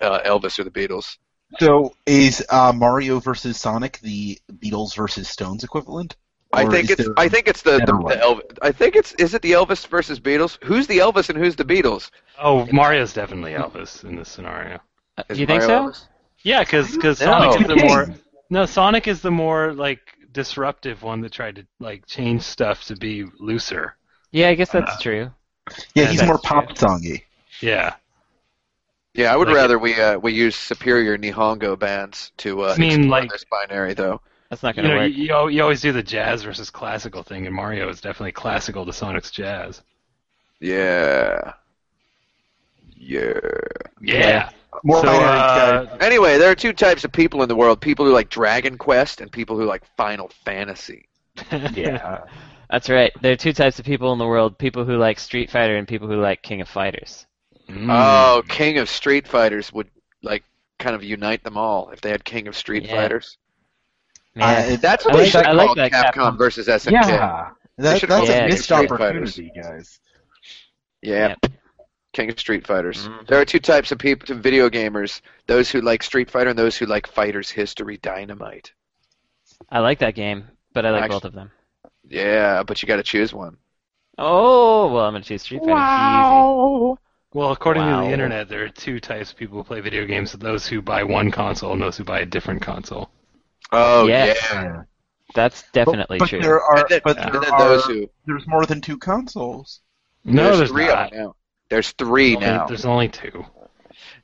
S1: uh, Elvis or the Beatles.
S2: So is uh, Mario versus Sonic the Beatles versus Stones equivalent?
S1: I
S2: Or
S1: think
S2: is
S1: it's
S2: there-
S1: I think it's the,
S2: better
S1: the,
S2: one?
S1: the Elvis. I think it's is it the Elvis versus Beatles? Who's the Elvis and who's the Beatles?
S3: Oh, Mario's definitely Elvis in this scenario.
S4: Uh,
S1: Is
S4: you think
S1: Mario
S4: so?
S1: Elvis?
S3: Yeah, because
S1: No.
S3: Sonic is the more no Sonic is the more like disruptive one that tried to like change stuff to be looser.
S4: Yeah, I guess that's
S3: Uh,
S4: true.
S2: Yeah,
S3: Yeah,
S2: he's more
S3: that's
S2: pop songy.
S3: Yeah,
S1: Yeah, I would
S3: Like-
S1: rather we uh, we use superior Nihongo bands to uh,
S3: I mean,
S1: explore
S3: like-
S1: this binary though.
S4: That's not
S3: you
S4: gonna
S3: know,
S4: work.
S3: you, you al- you always do the jazz versus classical thing, and Mario is definitely classical to Sonic's jazz.
S1: Yeah. Yeah.
S3: Yeah.
S2: More
S3: So,
S2: binary guy.
S3: uh,
S1: Anyway, there are two types of people in the world: people who like Dragon Quest and people who like Final Fantasy.
S2: Yeah.
S4: That's right. There are two types of people in the world: people who like Street Fighter and people who like King of Fighters. Hmm.
S3: mm.
S1: Oh, King of Street Fighters would like kind of unite them all if they had King of Street
S4: Yeah.
S1: Fighters.
S4: Man,
S2: Uh,
S1: That's what
S4: I
S1: they
S4: like
S1: should
S4: that- I like
S1: call
S4: that
S1: Capcom,
S4: Capcom.
S1: versus SNK.
S2: yeah. That,
S1: should
S2: that's
S4: call
S2: a
S4: it
S2: missed
S1: Street Fighters.
S2: opportunity, guys.
S1: Yeah.
S4: Yep.
S1: King of Street Fighters.
S4: Mhm.
S1: There are two types of people, to video gamers: those who like Street Fighter and those who like Fighters History Dynamite.
S4: I like that game, but I like
S1: Actu-
S4: both of them.
S1: Yeah, but you got to choose one.
S4: Oh well, I'm gonna choose Street Fighter. Wow.
S3: Well, according to
S4: Wow.
S3: the internet, there are two types of people who play video games: those who buy one console and those who buy a different console.
S1: Oh
S4: Yes.
S1: yeah.
S4: That's definitely
S2: but,
S4: true.
S2: There are,
S1: And then,
S2: but
S1: and
S2: there
S1: then
S2: are,
S1: those who
S2: there's more than two consoles.
S3: No,
S1: there's,
S3: there's,
S1: three
S3: not.
S1: of them now. There's three
S3: Only-
S1: now.
S3: There's only two.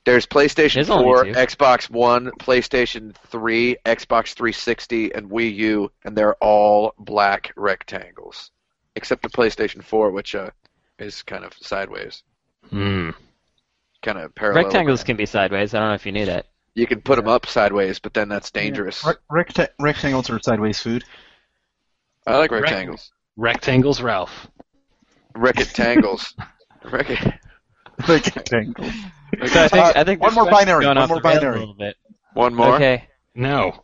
S1: There's PlayStation
S4: There's only
S1: 4,
S4: two.
S1: Xbox One, PlayStation 3, Xbox 360, and Wii U, and they're all black rectangles, except the PlayStation 4, which uh, is kind of sideways,
S3: Hmm.
S1: kind of parallel.
S4: Rectangles can be sideways. I don't know if you knew that.
S1: You can put them up sideways, but then that's dangerous.
S2: Rec- recta- rectangles are sideways food.
S1: I like
S3: Rec-
S1: rectangles.
S3: Rectangles, Ralph.
S1: Rectangles. Rec-
S2: Rectangles.
S4: So I think,
S2: Uh,
S4: I think
S2: one
S4: this
S2: more
S4: question's
S2: binary,
S4: Going
S2: one
S4: off
S2: more
S4: the rails
S2: binary.
S4: A little bit.
S1: One more.
S4: Okay.
S3: No.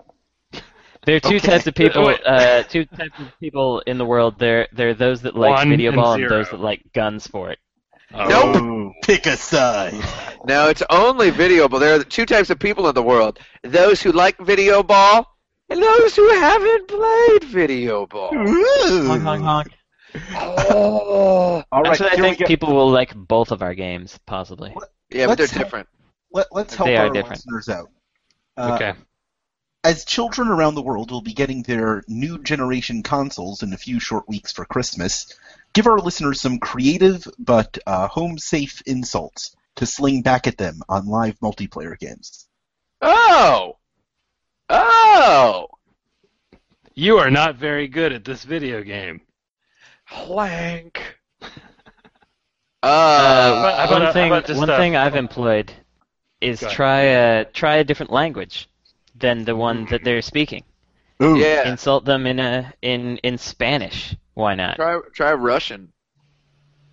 S4: There are two
S2: Okay.
S4: types of people.
S3: Wait.
S4: Uh, two types of people in the world. There, there are those that like
S3: One
S4: video
S3: and
S4: ball and
S3: zero.
S4: those that like gun sport.
S1: Nope.
S2: Oh, Pick a side.
S1: Now it's only video, but there are two types of people in the world: those who like video ball and those who haven't played video ball.
S4: Honk, honk,
S2: Ooh.
S4: honk.
S1: Oh.
S2: All right,
S4: Actually, I
S2: here we
S4: think
S2: go.
S4: people will like both of our games possibly.
S1: Yeah, but they're
S2: Let's-
S1: different.
S2: Let, let's help
S4: They are
S2: our
S4: different.
S2: listeners out. Uh,
S3: Okay.
S2: As children around the world will be getting their new generation consoles in a few short weeks for Christmas, give our listeners some creative but uh, home safe insults to sling back at them on live multiplayer games.
S1: Oh. Oh.
S3: You are not very good at this video game.
S1: Plank. Uh,
S3: how about- how
S4: one thing,
S3: about just,
S4: one
S3: uh,
S4: thing I've employed is
S3: Go ahead.
S4: try a try a different language than the one that they're speaking.
S2: Ooh.
S1: yeah.
S4: Insult them in a in in Spanish. Why not?
S1: Try try Russian.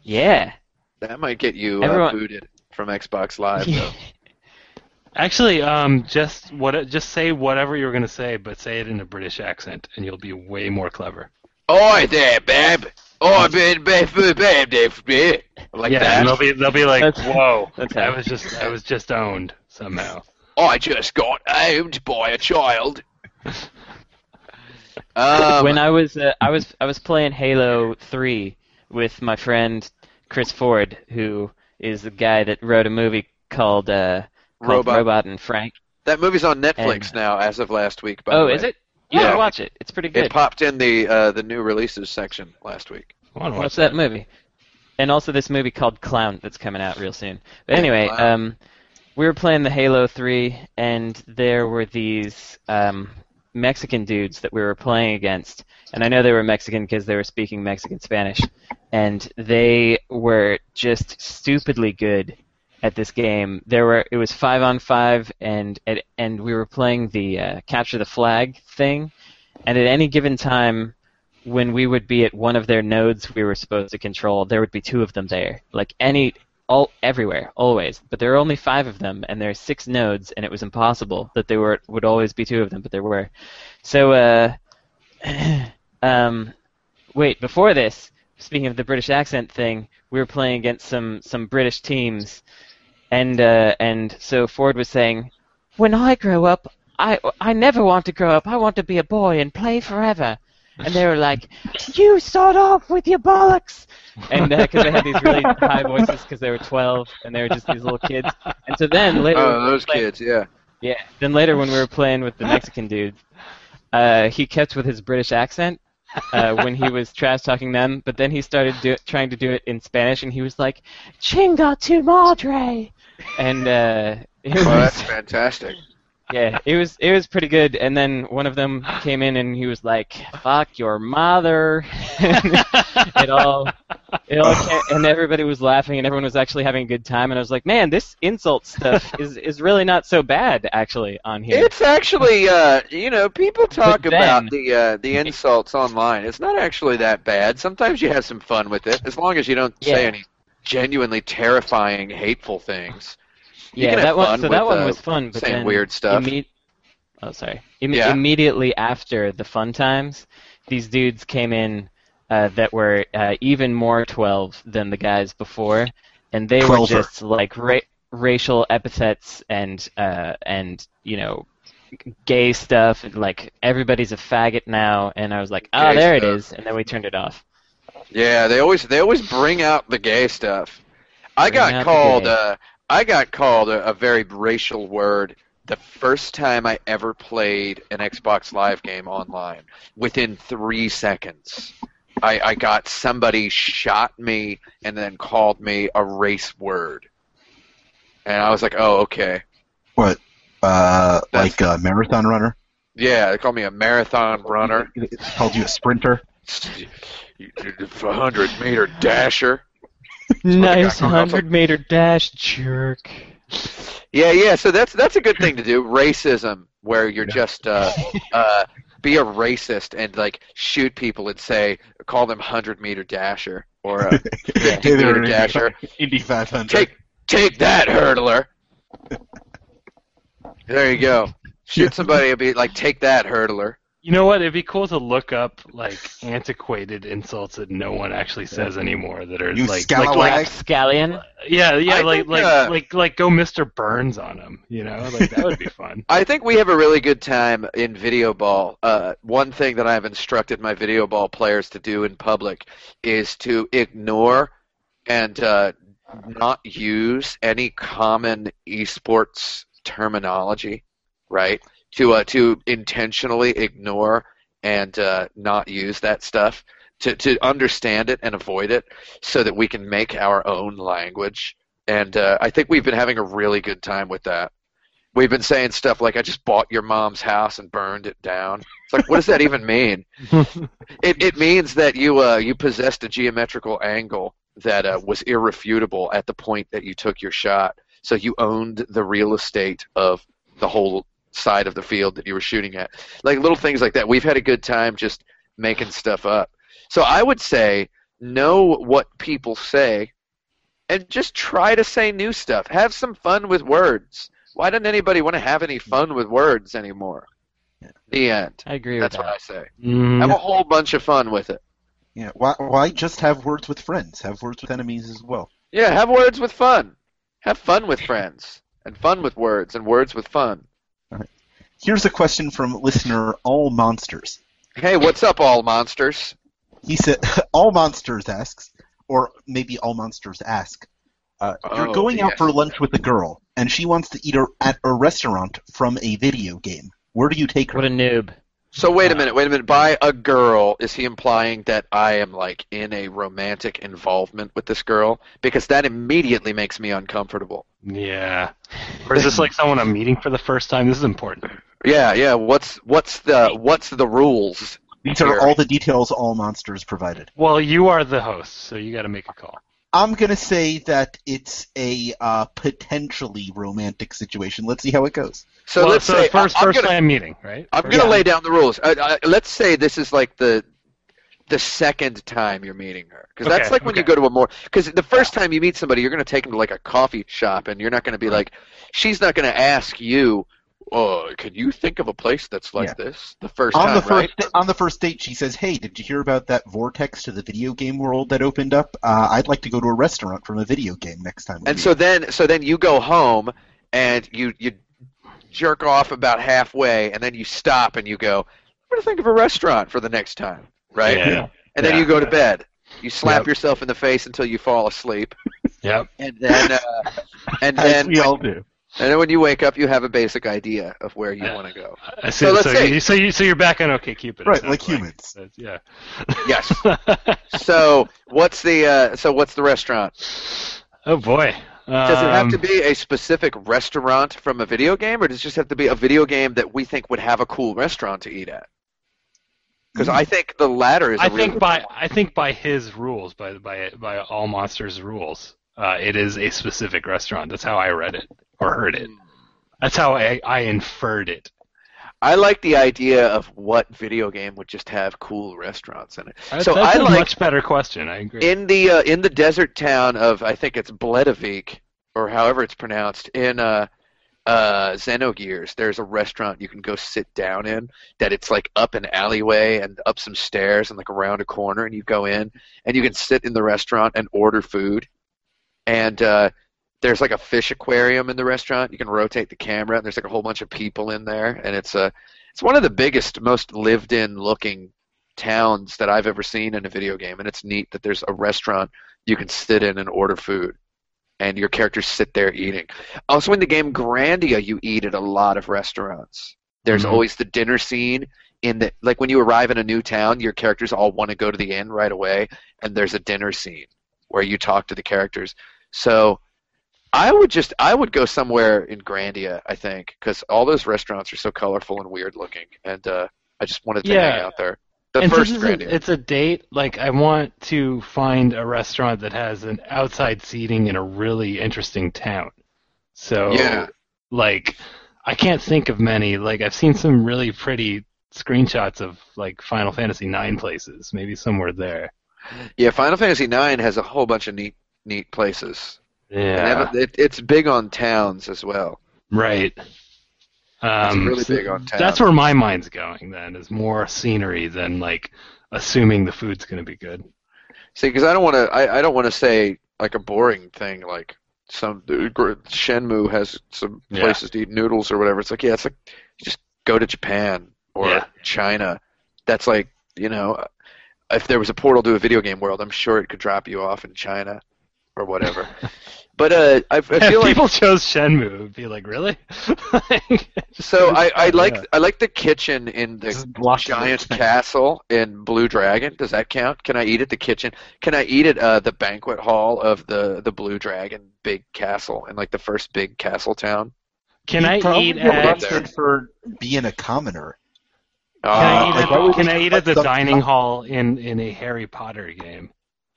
S4: Yeah.
S1: That might get you uh,
S4: Everyone-
S1: booted from Xbox Live. Though.
S3: Actually, um, just what, just say whatever you're gonna say, but say it in a British accent, and you'll be way more clever.
S1: Oi there, babe. Oi, babe, babe, babe, babe, babe, babe. Like
S3: yeah,
S1: that.
S3: and they'll be they'll be like,
S4: That's-
S3: "Whoa,
S4: that's
S3: I
S4: how-
S3: was just I was just owned somehow."
S1: I just got owned by a child. um,
S4: when I was uh, I was I was playing Halo 3 with my friend Chris Ford, who is the guy that wrote a movie called, uh, called
S1: Robot.
S4: and Frank.
S1: that movie's on Netflix
S4: And-
S1: now, as of last week. By
S4: oh,
S1: the way.
S4: is it?
S1: Yeah.
S4: watch it. It's pretty good.
S1: It popped in the uh, the new releases section last week.
S3: I wanna watch
S4: What's that movie? And also this movie called Clown that's coming out real soon. But anyway,
S1: Clown.
S4: um, we were playing the Halo 3, and there were these um, Mexican dudes that we were playing against. And I know they were Mexican because they were speaking Mexican Spanish. And they were just stupidly good at this game. There were it was five on five, and and, and we were playing the uh, capture the flag thing. And at any given time, when we would be at one of their nodes we were supposed to control, there would be two of them there. Like any all everywhere, always. But there are only five of them and there are six nodes and it was impossible that there were would always be two of them, but there were. So uh um wait, before this, speaking of the British accent thing, we were playing against some some British teams and uh, and so Ford was saying, "When I grow up, I I never want to grow up. I want to be a boy and play forever." and they were like, "You sawed off with your bollocks," and because they had these really high voices because they were 12 and they were just these little kids. And so then later,
S1: Oh, those
S4: like-
S1: kids, yeah.
S4: yeah, then later when we were playing with the Mexican dude, uh, he kept with his British accent uh, when he was trash talking them, but then he started do- trying to do it in Spanish, and he was like, "Chinga tu madre," and uh, it
S1: Well,
S4: was
S1: Oh, that's fantastic.
S4: yeah, it was it was pretty good. And then one of them came in and he was like, "Fuck your mother." it all, it all, came, and everybody was laughing and everyone was actually having a good time. And I was like, "Man, this insult stuff is is really not so bad actually on here."
S1: It's actually, uh, you know, people talk
S4: then-
S1: about the uh, the insults online. It's not actually that bad. Sometimes you have some fun with it, as long as you don't say
S4: Yeah.
S1: any genuinely terrifying, hateful things. you
S4: yeah,
S1: can
S4: that
S1: have
S4: one.
S1: fun
S4: So
S1: with,
S4: that one
S1: uh,
S4: was fun, but
S1: saying
S4: then
S1: weird stuff.
S4: imme- oh, sorry. Im-
S1: Yeah.
S4: Immediately after the fun times, these dudes came in uh, that were uh, even more twelve than the guys before, and they were
S2: Twelver.
S4: just like ra- racial epithets and uh, and you know gay stuff and like everybody's a faggot now and i was like oh
S1: Gay
S4: there it
S1: stuff.
S4: is and then we turned it off
S1: Yeah, they always they always bring out the gay stuff. I
S4: Bring
S1: got
S4: out the
S1: called
S4: gay.
S1: uh, I got called a, a very racial word the first time I ever played an Xbox Live game online. Within three seconds, I, I got somebody shot me and then called me a race word, and I was like, oh okay,
S2: What? Uh,
S1: That's-
S2: like a marathon runner?
S1: yeah, they called me a marathon runner,
S2: It called you a sprinter?
S1: hundred meter dasher.
S4: nice
S1: I was like-
S4: 100 meter dash jerk
S1: Yeah, yeah. So that's that's a good thing to do. Racism, where you're just uh, uh, be a racist and like shoot people and say call them hundred meter dasher or a fifty
S2: Hey there,
S1: meter
S2: Indy
S1: dasher.
S2: Indy 500.
S1: Take take that hurdler. There you go. Shoot somebody and be like, take that hurdler.
S3: You know what? It'd be cool to look up like antiquated insults that no one actually says anymore that are
S2: You
S3: like, like,
S2: scallywag.
S3: like
S4: scallion
S3: yeah, yeah,
S1: I
S3: like
S1: think,
S3: like,
S1: uh,
S3: like like go Mr. Burns on them. You know, like that would be fun.
S1: I think we have a really good time in video ball. Uh, one thing that I've instructed my video ball players to do in public is to ignore and uh, not use any common esports terminology, right? To uh, to intentionally ignore and uh, not use that stuff to to understand it and avoid it, so that we can make our own language. And uh, I think we've been having a really good time with that we've been saying stuff like i just bought your mom's house and burned it down it's like what does that even mean it, it means that you uh, you possessed a geometrical angle that uh, was irrefutable at the point that you took your shot so you owned the real estate of the whole side of the field that you were shooting at like little things like that we've had a good time just making stuff up so i would say know what people say and just try to say new stuff have some fun with words why doesn't anybody want to have any fun with words anymore? The end.
S4: i agree with
S1: That's
S4: that
S1: what I say.
S3: Mm,
S1: Have a whole bunch of fun with it.
S2: Yeah, why, why just have words with friends? Have words with enemies as well.
S1: Yeah, have words with fun. Have fun with friends. And fun with words and words with fun.
S2: Here's a question from listener All Monsters.
S1: Hey, what's up, all monsters?
S2: He said, All Monsters asks, or maybe All Monsters ask, uh,
S1: Oh,
S2: you're going out
S1: yes.
S2: for lunch with a girl, and she wants to eat a, at a restaurant from a video game. Where do you take her?
S4: what a noob
S1: So wait
S3: Uh.
S1: a minute, wait a minute. By a girl, is he implying that I am like in a romantic involvement with this girl? Because that immediately makes me uncomfortable.
S3: yeah. Or is this like someone I'm meeting for the first time? This is important.
S1: Yeah, yeah. What's what's the what's the rules?
S2: These are
S1: Here.
S2: all the details All Monsters provided.
S3: Well, you are the host, so you got to make a call.
S2: I'm gonna say that it's a uh, potentially romantic situation. Let's see how it goes.
S1: So
S3: well,
S1: let's
S3: so
S1: say
S3: 1st
S1: I- I'm
S3: first
S1: gonna-
S3: time meeting, right?
S1: I'm
S3: First-
S1: gonna lay down the rules. Uh, uh, let's say this is like the the second time you're meeting her, because that's
S3: Okay,
S1: like when you
S3: okay.
S1: go to a more. Because the first time you meet somebody, you're gonna take them to like a coffee shop, and you're not gonna be like, she's not gonna ask you, "Oh, can you think of a place that's like this?" The first
S2: on
S1: time,
S2: the first
S1: right?
S2: on the first date, she says, "Hey, did you hear about that vortex to the video game world that opened up? Uh, I'd like to go to a restaurant from a video game next time." we
S1: And
S2: meet."
S1: so then, so then you go home, and you you jerk off about halfway, and then you stop and you go, I'm gonna think of a restaurant for the next time, right?
S3: Yeah.
S1: And then
S3: Yeah.
S1: you go to bed. You slap
S3: Yep.
S1: yourself in the face until you fall asleep,
S3: Yep.
S1: and then uh, and
S2: As
S1: then
S2: we all do.
S1: and then when you wake up, you have a basic idea of where you
S3: Yeah.
S1: want to go.
S3: I
S1: So
S3: see. So,
S1: let's say-
S3: you, so you so you're back on OK Cupid.
S2: Right, like humans.
S3: yeah.
S1: Yes. so what's the uh, so what's the restaurant?
S3: oh boy.
S1: Does it have
S3: Um,
S1: to be a specific restaurant from a video game, or does it just have to be a video game that we think would have a cool restaurant to eat at? Because I think the latter is. a
S3: Mm. I
S1: really
S3: think by I think by his rules, by by by all monsters' rules, uh, it is a specific restaurant. That's how I read it or heard it. That's how I, I inferred it.
S1: I like the idea of what video game would just have cool restaurants in it.
S3: That's,
S1: so
S3: that's
S1: I
S3: a
S1: like
S3: much better question. I agree.
S1: in the uh, in the desert town of I think it's Bledovik or however it's pronounced in uh uh Xenogears there's a restaurant you can go sit down in that it's like up an alleyway and up some stairs and like around a corner and you go in and you can sit in the restaurant and order food and uh there's like a fish aquarium in the restaurant you can rotate the camera and there's like a whole bunch of people in there and it's uh, a it's one of the biggest most lived in looking towns that I've ever seen in a video game, and it's neat that there's a restaurant you can sit in and order food, and your characters sit there eating. Also, in the game Grandia, you eat at a lot of restaurants. There's
S3: Mhm.
S1: always the dinner scene in the like when you arrive in a new town, your characters all want to go to the inn right away, and there's a dinner scene where you talk to the characters. So. I would just I would go somewhere in Grandia, I think, because all those restaurants are so colorful and weird looking, and uh, I just wanted to hang
S3: Yeah.
S1: out there. The
S3: and
S1: first
S3: since it's
S1: Grandia.
S3: a, it's a date, like I want to find a restaurant that has an outside seating in a really interesting town. So
S1: Yeah.
S3: like I can't think of many. Like I've seen some really pretty screenshots of like Final Fantasy IX places. Maybe somewhere there.
S1: Yeah, Final Fantasy IX has a whole bunch of neat neat places. And they
S3: Yeah.
S1: have- it, it's big on towns as well.
S3: Right.
S1: It's
S3: Um,
S1: really
S3: so
S1: big on towns.
S3: that's where my mind's going. Then is more scenery than like assuming the food's going to be good.
S1: See, because I don't want to. I, I don't want to say like a boring thing like some Shenmue has some
S3: Yeah.
S1: places to eat noodles or whatever. It's like yeah, it's like just go to Japan or
S3: Yeah.
S1: China. That's like you know, uh, if there was a portal to a video game world, I'm sure it could drop you off in China or whatever. but uh, I, I feel
S3: if
S1: like
S3: people chose Shenmue, it would be like, really?
S1: so. I, I like
S3: Yeah.
S1: I like the kitchen in the
S4: Just blocks it.
S1: giant castle in Blue Dragon. Does that count? Can I eat at the kitchen? Can I eat at uh, the banquet hall of the the Blue Dragon big castle in like the first big castle town?
S3: Can I
S2: Probably
S3: eat
S1: at-
S3: at?
S2: arrested for being a commoner.
S3: Can I
S1: Uh,
S3: eat
S2: like,
S3: at,
S2: why would
S3: can
S2: you
S3: I eat
S2: put
S3: at the
S2: some-
S3: dining hall in, in a Harry Potter game?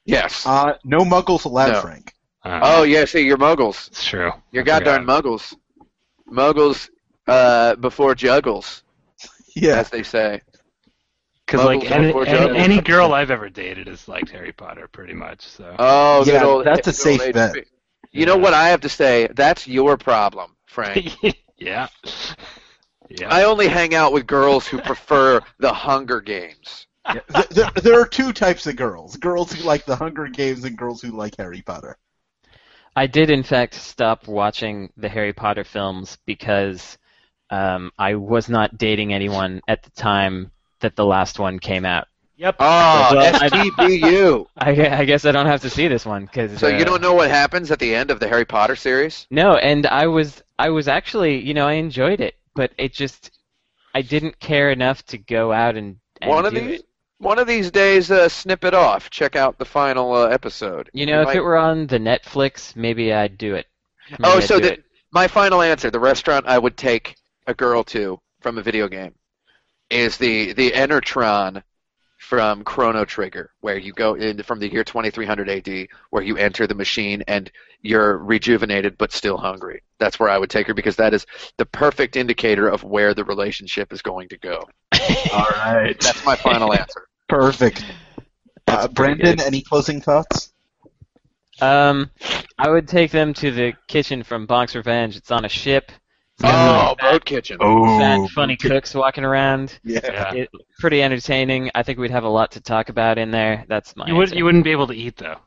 S1: yes.
S2: Uh, no muggles allowed,
S1: No.
S2: Frank.
S3: Uh,
S1: oh yeah. See, you're muggles.
S3: it's true.
S1: You're
S3: I forgot.
S1: goddamn muggles. Muggles uh, before juggles,
S2: Yeah.
S1: as they say.
S3: Because like
S1: Muggles
S3: any,
S1: before
S3: any,
S1: Juggles.
S3: any girl I've ever dated has liked Harry Potter pretty much. So
S1: Oh, good
S2: Yeah,
S1: old-
S2: that's a
S1: good old
S2: safe
S1: age
S2: bet.
S1: speak. You know what I have to say? That's your problem, Frank.
S3: yeah, yeah.
S1: I only hang out with girls who prefer the Hunger Games.
S2: Th- there, there are two types of girls: girls who like The Hunger Games and girls who like Harry Potter.
S4: I did, in fact, stop watching the Harry Potter films because um, I was not dating anyone at the time that the last one came out.
S3: yep.
S1: Oh,
S4: Well, I-
S1: STBU.
S4: I, gue- I guess I don't have to see this one because.
S1: So you don't know what happens at the end of the Harry Potter series?
S4: No, and I was I was actually you know I enjoyed it, but it just I didn't care enough to go out and, and
S1: One of
S4: do
S1: these,
S4: it.
S1: one of these days, uh, snip it off. Check out the final uh, episode.
S4: You know, if
S1: might-
S4: it were on the Netflix, maybe I'd do it. Maybe
S1: oh,
S4: I'd
S1: so
S4: do
S1: the,
S4: it.
S1: my final answer: the restaurant I would take a girl to from a video game is the the Enertron from Chrono Trigger, where you go in from the year 2300 AD, where you enter the machine and you're rejuvenated but still hungry. That's where I would take her because that is the perfect indicator of where the relationship is going to go.
S2: All right.
S1: That's my final answer.
S2: Perfect. Uh, Brandon,
S4: good.
S2: any closing thoughts?
S4: Um, I would take them to the kitchen from Bonk's Revenge. It's on a ship. It's got
S1: Oh, boat kitchen.
S2: Oh,
S4: fat, funny cooks walking around.
S2: Yeah.
S3: Yeah.
S4: It, pretty entertaining. I think we'd have a lot to talk about in there. That's my.
S3: You would
S4: answer.
S3: you wouldn't be able to eat though,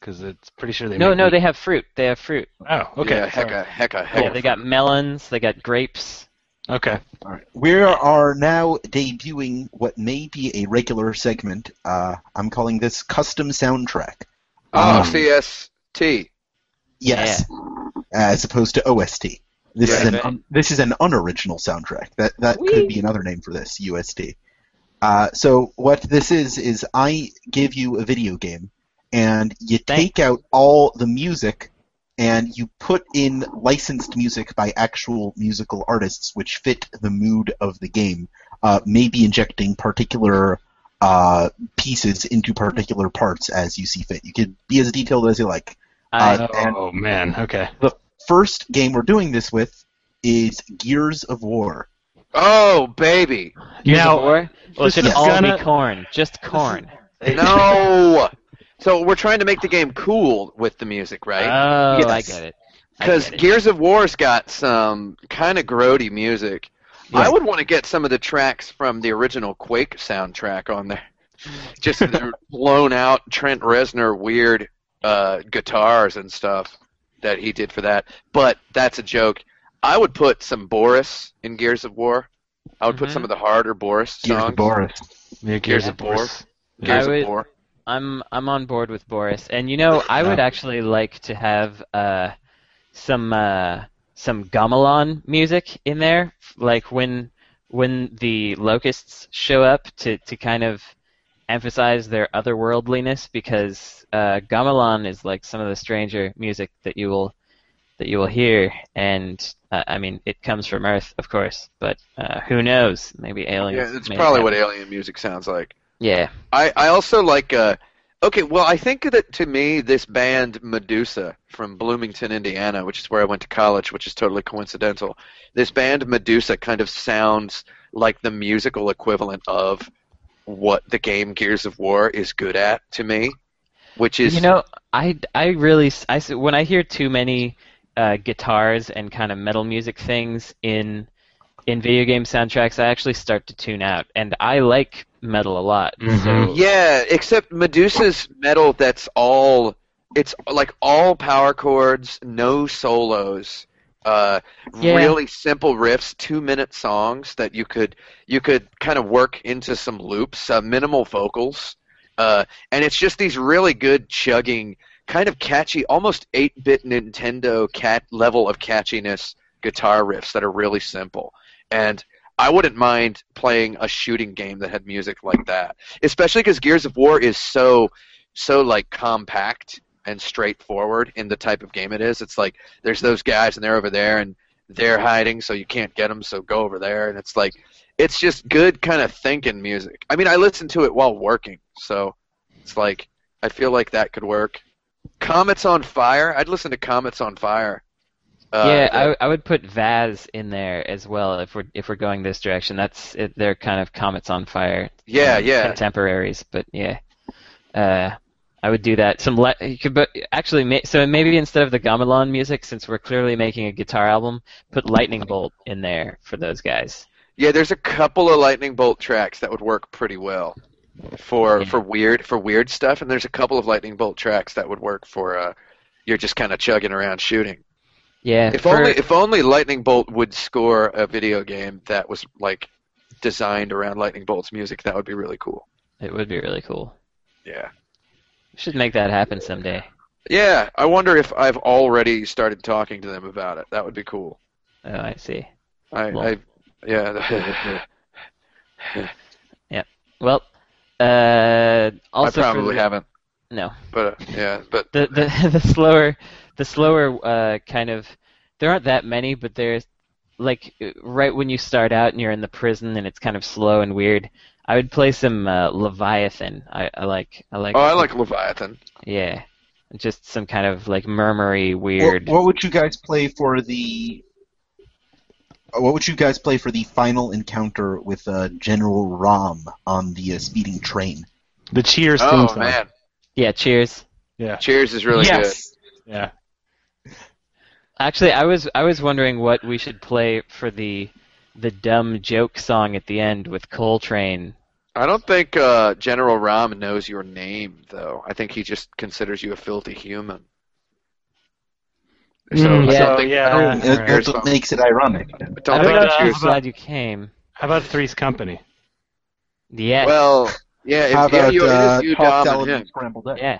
S3: because it's pretty sure they.
S4: no,
S3: make
S4: no,
S3: meat.
S4: they have fruit. They have fruit.
S3: Oh, okay.
S1: uh, Yeah, hecka, hecka, hecka.
S4: Yeah, they got melons. They got grapes.
S3: Okay.
S2: All right. We are now debuting what may be a regular segment. Uh, I'm calling this custom soundtrack.
S1: Oh,
S2: Um,
S1: CST.
S2: Yes, as opposed to OST. This
S1: Yeah,
S2: is an
S4: man.
S2: un- this is an unoriginal soundtrack. That that could be another name for this USD. Uh, so what this is is I give you a video game, and you
S4: Thank-
S2: take out all the music, and you put in licensed music by actual musical artists, which fit the mood of the game. Uh, maybe injecting particular uh, pieces into particular parts as you see fit. You could be as detailed as you like.
S4: I,
S2: Uh, and-
S3: oh man. Okay.
S2: first game we're doing this with is Gears of War.
S1: Oh, baby.
S4: Gears of
S3: now-
S4: War? Well, it
S3: this
S4: should
S3: is
S4: all
S3: gonna-
S4: be corn. Just corn.
S1: No. so we're trying to make the game cool with the music, right?
S4: Oh, I
S2: Yes.
S4: get it. I
S1: Because
S4: get it.
S1: Gears of War's got some kind of grody music. I
S2: Right.
S1: would want to get some of the tracks from the original Quake soundtrack on there. Just the blown out Trent Reznor weird uh, guitars and stuff that he did for that. But that's a joke. I would put some Boris in Gears of War. I would put
S4: Mhm.
S1: some of the harder Boris songs.
S2: Gears of War.
S3: Yeah,
S1: Gears of War. Gears
S4: I would-
S1: of War.
S4: I'm I'm on board with Boris, and you know I would actually like to have uh, some uh, some gamelan music in there, like when when the locusts show up to, to kind of emphasize their otherworldliness, because uh, gamelan is like some of the stranger music that you will that you will hear, and uh, I mean it comes from Earth, of course, but uh, who knows? Maybe aliens.
S1: Yeah, it's
S4: made
S1: probably
S4: happen.
S1: what alien music sounds like.
S4: Yeah.
S1: I, I also like uh okay, well I think that to me this band Medusa from Bloomington, Indiana, which is where I went to college, which is totally coincidental. This band Medusa kind of sounds like the musical equivalent of what the game Gears of War is good at to me, which is
S4: you know i i really s- I s- when i hear too many uh, guitars and kind of metal music things in in video game soundtracks i actually start to tune out and i like metal a lot so
S3: Mhm.
S1: Yeah, except Medusa's metal that's all it's like all power chords, no solos. Uh,
S4: Yeah.
S1: really simple riffs, two-minute songs that you could you could kind of work into some loops, uh, minimal vocals, uh, and it's just these really good chugging, kind of catchy, almost eight-bit Nintendo cat level of catchiness guitar riffs that are really simple. And I wouldn't mind playing a shooting game that had music like that, especially because Gears of War is so so like compact and straightforward in the type of game it is. It's like there's those guys and they're over there and they're hiding, so you can't get them, so go over there. And it's like it's just good kind of thinking music. I mean, I listen to it while working, so it's like I feel like that could work. Comets on Fire. I'd listen to Comets on Fire. Uh,
S4: yeah I, I would put vaz in there as well if we're if we're going this direction that's it, they're kind of comets on fire
S1: yeah,
S4: um,
S1: yeah.
S4: contemporaries but yeah uh I would do that. Some le- you could, but actually, ma- so maybe instead of the gamelan music, since we're clearly making a guitar album, put Lightning Bolt in there for those guys.
S1: Yeah, there's a couple of lightning bolt tracks that would work pretty well for
S4: Yeah.
S1: for weird for weird stuff, and there's a couple of lightning bolt tracks that would work for uh, you're just kind of chugging around shooting.
S4: Yeah.
S1: If
S4: for-
S1: only if only lightning bolt would score a video game that was like designed around lightning bolt's music, that would be really cool.
S4: it would be really cool.
S1: Yeah.
S4: We should make that happen someday.
S1: Yeah, I wonder if I've already started talking to them about it. That would be cool.
S4: Oh, I see.
S1: I,
S4: Well-
S1: I yeah.
S4: Well, uh,
S1: I
S4: also for
S1: probably
S4: the-
S1: haven't,
S4: No.
S1: but uh, yeah, but
S4: the the the slower the slower uh, kind of there aren't that many, but there's like uh, right when you start out and you're in the prison and it's kind of slow and weird. I would play some uh, Leviathan. I, I like I like
S1: oh, I like Leviathan.
S4: yeah, just some kind of like murmury
S2: What,
S4: weird.
S2: what would you guys play for the? What would you guys play for the final encounter with uh, General Rom on the uh, speeding train?
S3: The Cheers theme
S1: Oh
S3: song.
S1: man,
S4: Yeah, cheers.
S3: Yeah.
S1: Cheers is really good.
S3: Yeah.
S4: Actually, I was I was wondering what we should play for the the dumb joke song at the end with Coltrane.
S1: I don't think uh, General Rom knows your name, though. I think he just considers you a filthy human. So I
S3: Mm,
S1: don't
S4: yeah,
S1: think-
S3: yeah.
S1: I don't
S2: That-
S1: think
S3: All
S1: it
S3: right.
S1: cares
S2: Oh, that's
S1: about-
S2: what makes it ironic.
S1: I don't
S4: I'm
S1: think
S3: about-
S1: it
S4: glad,
S1: cares.
S4: I'm glad you came.
S3: How about Three's Company?
S4: Yes.
S1: Well, yeah, if,
S2: uh, How
S1: yeah,
S2: about
S1: you,
S2: uh,
S1: it is you, Dom,
S2: Tossed Salad
S1: and
S2: and
S1: him.
S2: Scrambled Eggs?
S4: yeah.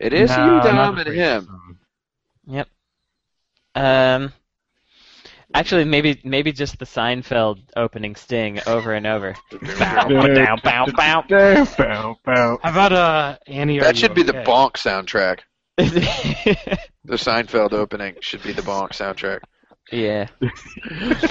S1: It is
S3: No,
S1: you,
S3: not
S1: Dom,
S3: the
S1: and
S3: Three's
S1: him.
S3: Company.
S4: Um. Actually, maybe maybe just the Seinfeld opening sting over and over. Bow, bow, bow, bow.
S3: How about uh, Annie? Are
S1: That
S3: You
S1: should be the
S3: Okay?
S1: bonk soundtrack. The Seinfeld opening should be the bonk soundtrack.
S4: yeah,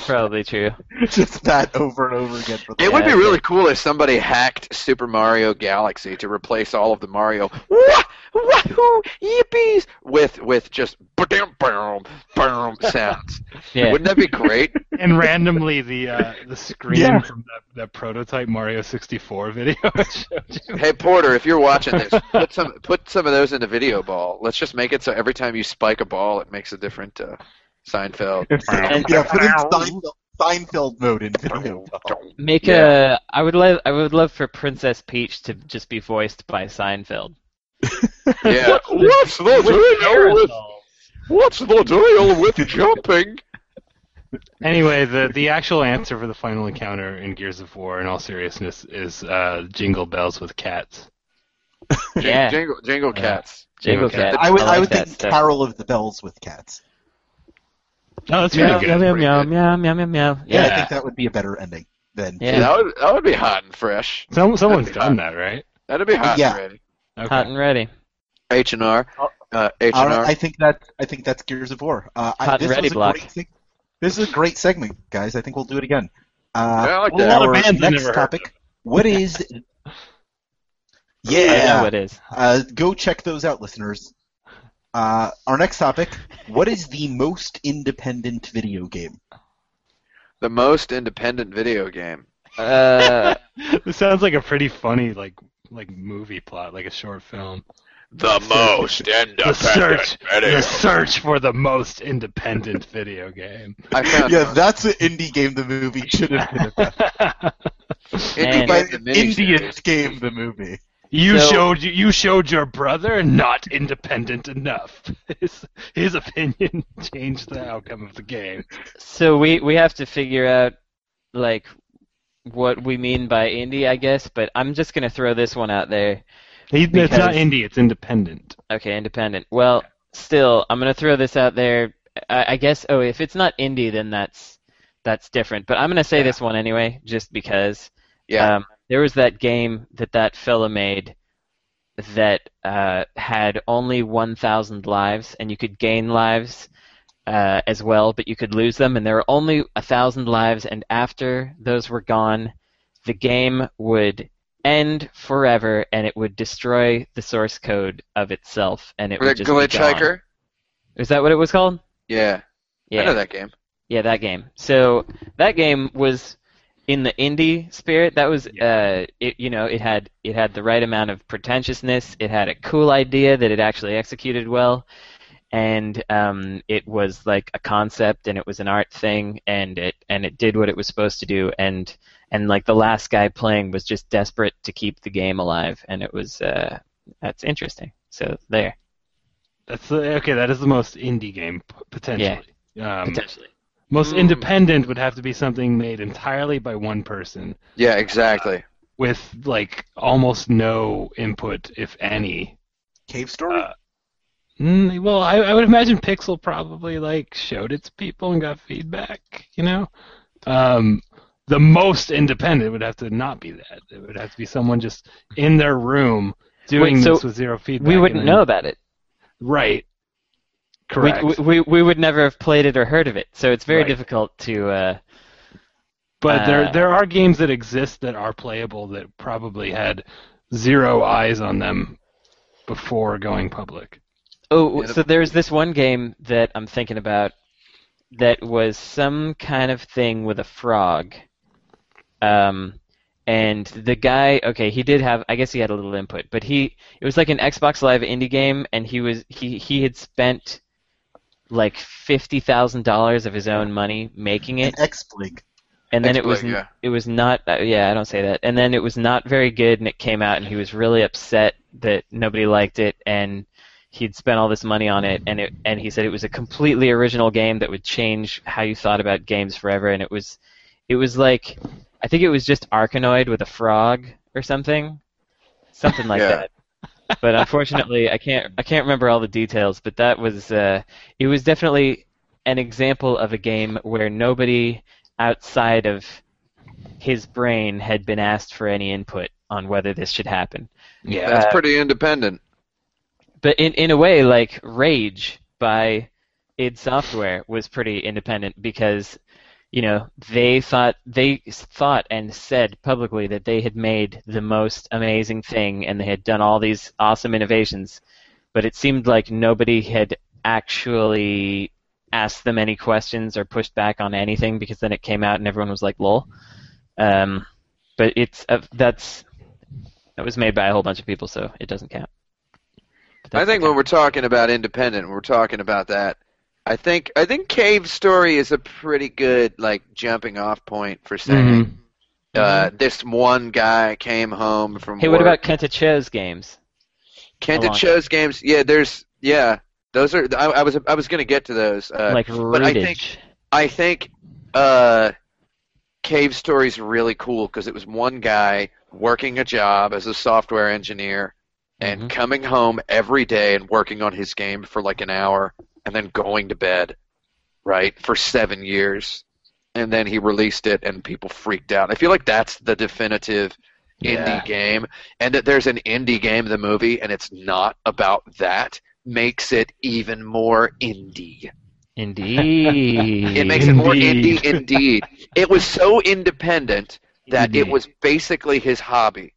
S4: probably true.
S2: Just that over and over again. For the
S1: It would be
S4: Yeah,
S1: really cool if somebody hacked Super Mario Galaxy to replace all of the Mario wah, wahoo yippies with with just ba-dum, boom boom sounds.
S4: Yeah,
S1: Wouldn't that be great?
S3: And randomly, the uh, the screen
S2: Yeah.
S3: from that, that prototype Mario 64 video. I showed you.
S1: hey Porter, if you're watching this, put some put some of those in a video ball. Let's just make it so every time you spike a ball, it makes a different uh, Seinfeld.
S4: and
S2: yeah, put in Seinfeld, Seinfeld mode in video.
S4: make
S1: Yeah.
S4: a. I would love. I would love for Princess Peach to just be voiced by Seinfeld.
S1: Yeah. What's the deal with What's the deal with jumping?
S3: Anyway, the the actual answer for the final encounter in Gears of War, in all seriousness, is uh, Jingle Bells with Cats.
S4: Yeah.
S1: Jingle, jingle cats.
S4: Jingle Cat.
S2: I would, I,
S4: like
S2: would
S4: that
S2: think
S4: stuff.
S2: Carol of the Bells with cats.
S3: Oh, that's
S1: Yeah.
S3: really
S4: Meow,
S3: good.
S4: meow,
S1: pretty
S4: meow,
S1: good.
S4: meow, meow, meow, meow.
S2: Yeah, I
S3: Yeah.
S2: think that would be a better ending than.
S4: Yeah.
S1: That would that would be hot and fresh.
S3: Some, someone's
S1: That'd be
S3: done that, right?
S1: That'd be hot
S2: Yeah.
S1: and ready.
S3: Okay.
S4: Hot and ready.
S1: H and R. uh, H
S2: All
S1: and
S2: right,
S1: R.
S2: I think that I think that's Gears of War. Uh, I,
S4: Hot
S2: this
S4: ready
S2: was a
S4: block.
S2: Great seg- this is a great segment, guys. I think we'll do it again. Uh,
S1: Yeah, I like
S2: well,
S1: that.
S3: A lot of
S2: our
S3: bands I never
S2: next
S3: heard
S2: topic. What is?
S4: I know
S2: Yeah,
S4: it is.
S2: uh, go check those out, listeners. Uh, our next topic: What is the most independent video game?
S1: The most independent video game.
S4: Uh,
S3: this sounds like a pretty funny like like movie plot, like a short film.
S1: The most
S3: The
S1: independent
S3: search, the search for the most independent video game.
S1: I found
S2: Yeah,
S1: one.
S2: that's an indie game. The movie should have been
S1: Indie
S4: Man.
S2: by
S1: Game,
S2: an
S1: the
S2: Indian
S1: miniseries.
S2: game. The movie.
S3: you
S4: So-
S3: showed you showed your brother not independent enough. His his opinion changed the outcome of the game.
S4: so we we have to figure out like what we mean by indie, I guess. But I'm just gonna throw this one out there.
S3: He, it's not
S4: Because-
S3: indie; it's independent.
S4: Okay, independent. Well, still, I'm gonna throw this out there. I, I guess. Oh, if it's not indie, then that's that's different. But I'm gonna say this one anyway, just because.
S1: Yeah.
S4: Um, there was that game that that fella made that uh, had only 1,000 lives, and you could gain lives uh, as well, but you could lose them, and there were only 1,000 lives, and after those were gone, the game would end forever, and it would destroy the source code of itself, and it
S1: the
S4: would just be
S1: glitch
S4: gone.
S1: hiker.
S4: Is that what it was called?
S1: Yeah.
S4: Yeah.
S1: I know that game.
S4: Yeah, that game. So that game was in the indie spirit. That was, uh, it, you know, it had it had the right amount of pretentiousness. It had a cool idea that it actually executed well, and um, it was like a concept, and it was an art thing, and it and it did what it was supposed to do, and and like the last guy playing was just desperate to keep the game alive, and it was uh, that's interesting. So there,
S3: That's the, okay. That is the most indie game p- potentially. Um,
S4: potentially.
S3: most
S1: Mm.
S3: independent would have to be something made entirely by one person
S1: Yeah, exactly.
S3: with like almost no input, if any.
S2: Cave Story.
S3: Uh, Mm, well, I, I would imagine Pixel probably like showed its people and got feedback. You know, um, the most independent would have to not be that. It would have to be someone just in their room doing
S4: Wait, so
S3: this with zero feedback.
S4: We
S3: and
S4: wouldn't
S3: then-
S4: know about it.
S3: right?
S4: We-
S3: Correct.
S4: We, we, we would never have played it or heard of it, so it's very
S3: Right.
S4: difficult to. Uh,
S3: But
S4: Uh,
S3: there there are games that exist that are playable that probably had zero eyes on them before going public.
S4: oh,
S1: Yeah, the-
S4: so there's this one game that I'm thinking about that was some kind of thing with a frog. Um, and the guy, okay, he did have, I guess he had a little input, but he, it was like an Xbox Live indie game, and he was, he, he had spent like fifty thousand dollars of his own money making
S2: An
S4: it,
S2: X Blink.
S4: and then it was
S1: Exploit, yeah.
S4: it was not uh, yeah I don't say that and then it was not very good and it came out and he was really upset that nobody liked it and he'd spent all this money on it, and it and he said it was a completely original game that would change how you thought about games forever, and it was it was like I think it was just Arkanoid with a frog or something, something like
S1: Yeah.
S4: that. But unfortunately, I can't I can't remember all the details. But that was uh, it was definitely an example of a game where nobody outside of his brain had been asked for any input on whether this should happen
S3: Yeah.
S1: That's
S4: Uh,
S1: pretty independent.
S4: but in in a way, like Rage by id Software was pretty independent because you know they thought they s- thought and said publicly that they had made the most amazing thing and they had done all these awesome innovations, but it seemed like nobody had actually asked them any questions or pushed back on anything because then it came out and everyone was like, "lol." Um, but it's uh, that's that was made by a whole bunch of people, so it doesn't count. But
S1: I
S4: that's
S1: think
S4: okay.
S1: when we're talking about independent, we're talking about that. I think I think Cave Story is a pretty good like jumping off point for saying uh, this one guy came home from
S4: Hey,
S1: work.
S4: what about Kenta Cho's games?
S1: Kent
S4: How
S1: and
S4: long?
S1: Cho's games? Yeah, there's yeah. Those are I, I was I was gonna get to those. Uh,
S4: like
S1: but I think-
S4: Rootage.
S1: I think uh, Cave Story's really cool because it was one guy working a job as a software engineer and
S4: Mhm.
S1: coming home every day and working on his game for like an hour and then going to bed, right, for seven years. And then he released it and people freaked out. I feel like that's the definitive
S3: Yeah.
S1: indie game. And that there's an indie game, the movie, and it's not about that makes it even more indie.
S4: Indeed.
S1: It makes it more
S3: Indeed.
S1: indie indeed. It was so independent that it
S3: Indeed.
S1: was basically his hobby.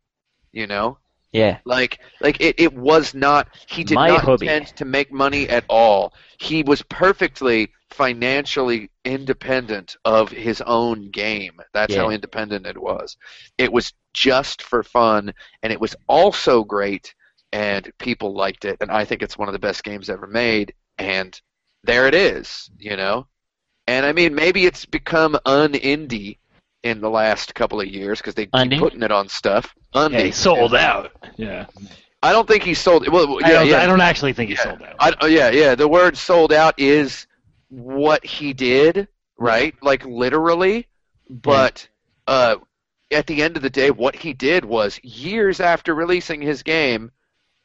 S1: You know?
S4: yeah.
S1: Like like it, it was not he did
S4: My
S1: not
S4: hobby.
S1: intend to make money at all. He was perfectly financially independent of his own game. That's
S4: Yeah.
S1: how independent it was. It was just for fun and it was also great and people liked it and I think it's one of the best games ever made and there it is, you know? And I mean, maybe it's become un-indie in the last couple of years because they keep
S4: Undie?
S1: putting it on stuff.
S3: Yeah,
S1: Undie.
S3: he sold out. Yeah.
S1: I don't think he sold. Well, yeah,
S3: I, don't,
S1: yeah,
S3: I don't actually think he sold out.
S1: I, oh, yeah, yeah. The word "sold out" is what he did, right? Like literally, but uh, at the end of the day, what he did was years after releasing his game,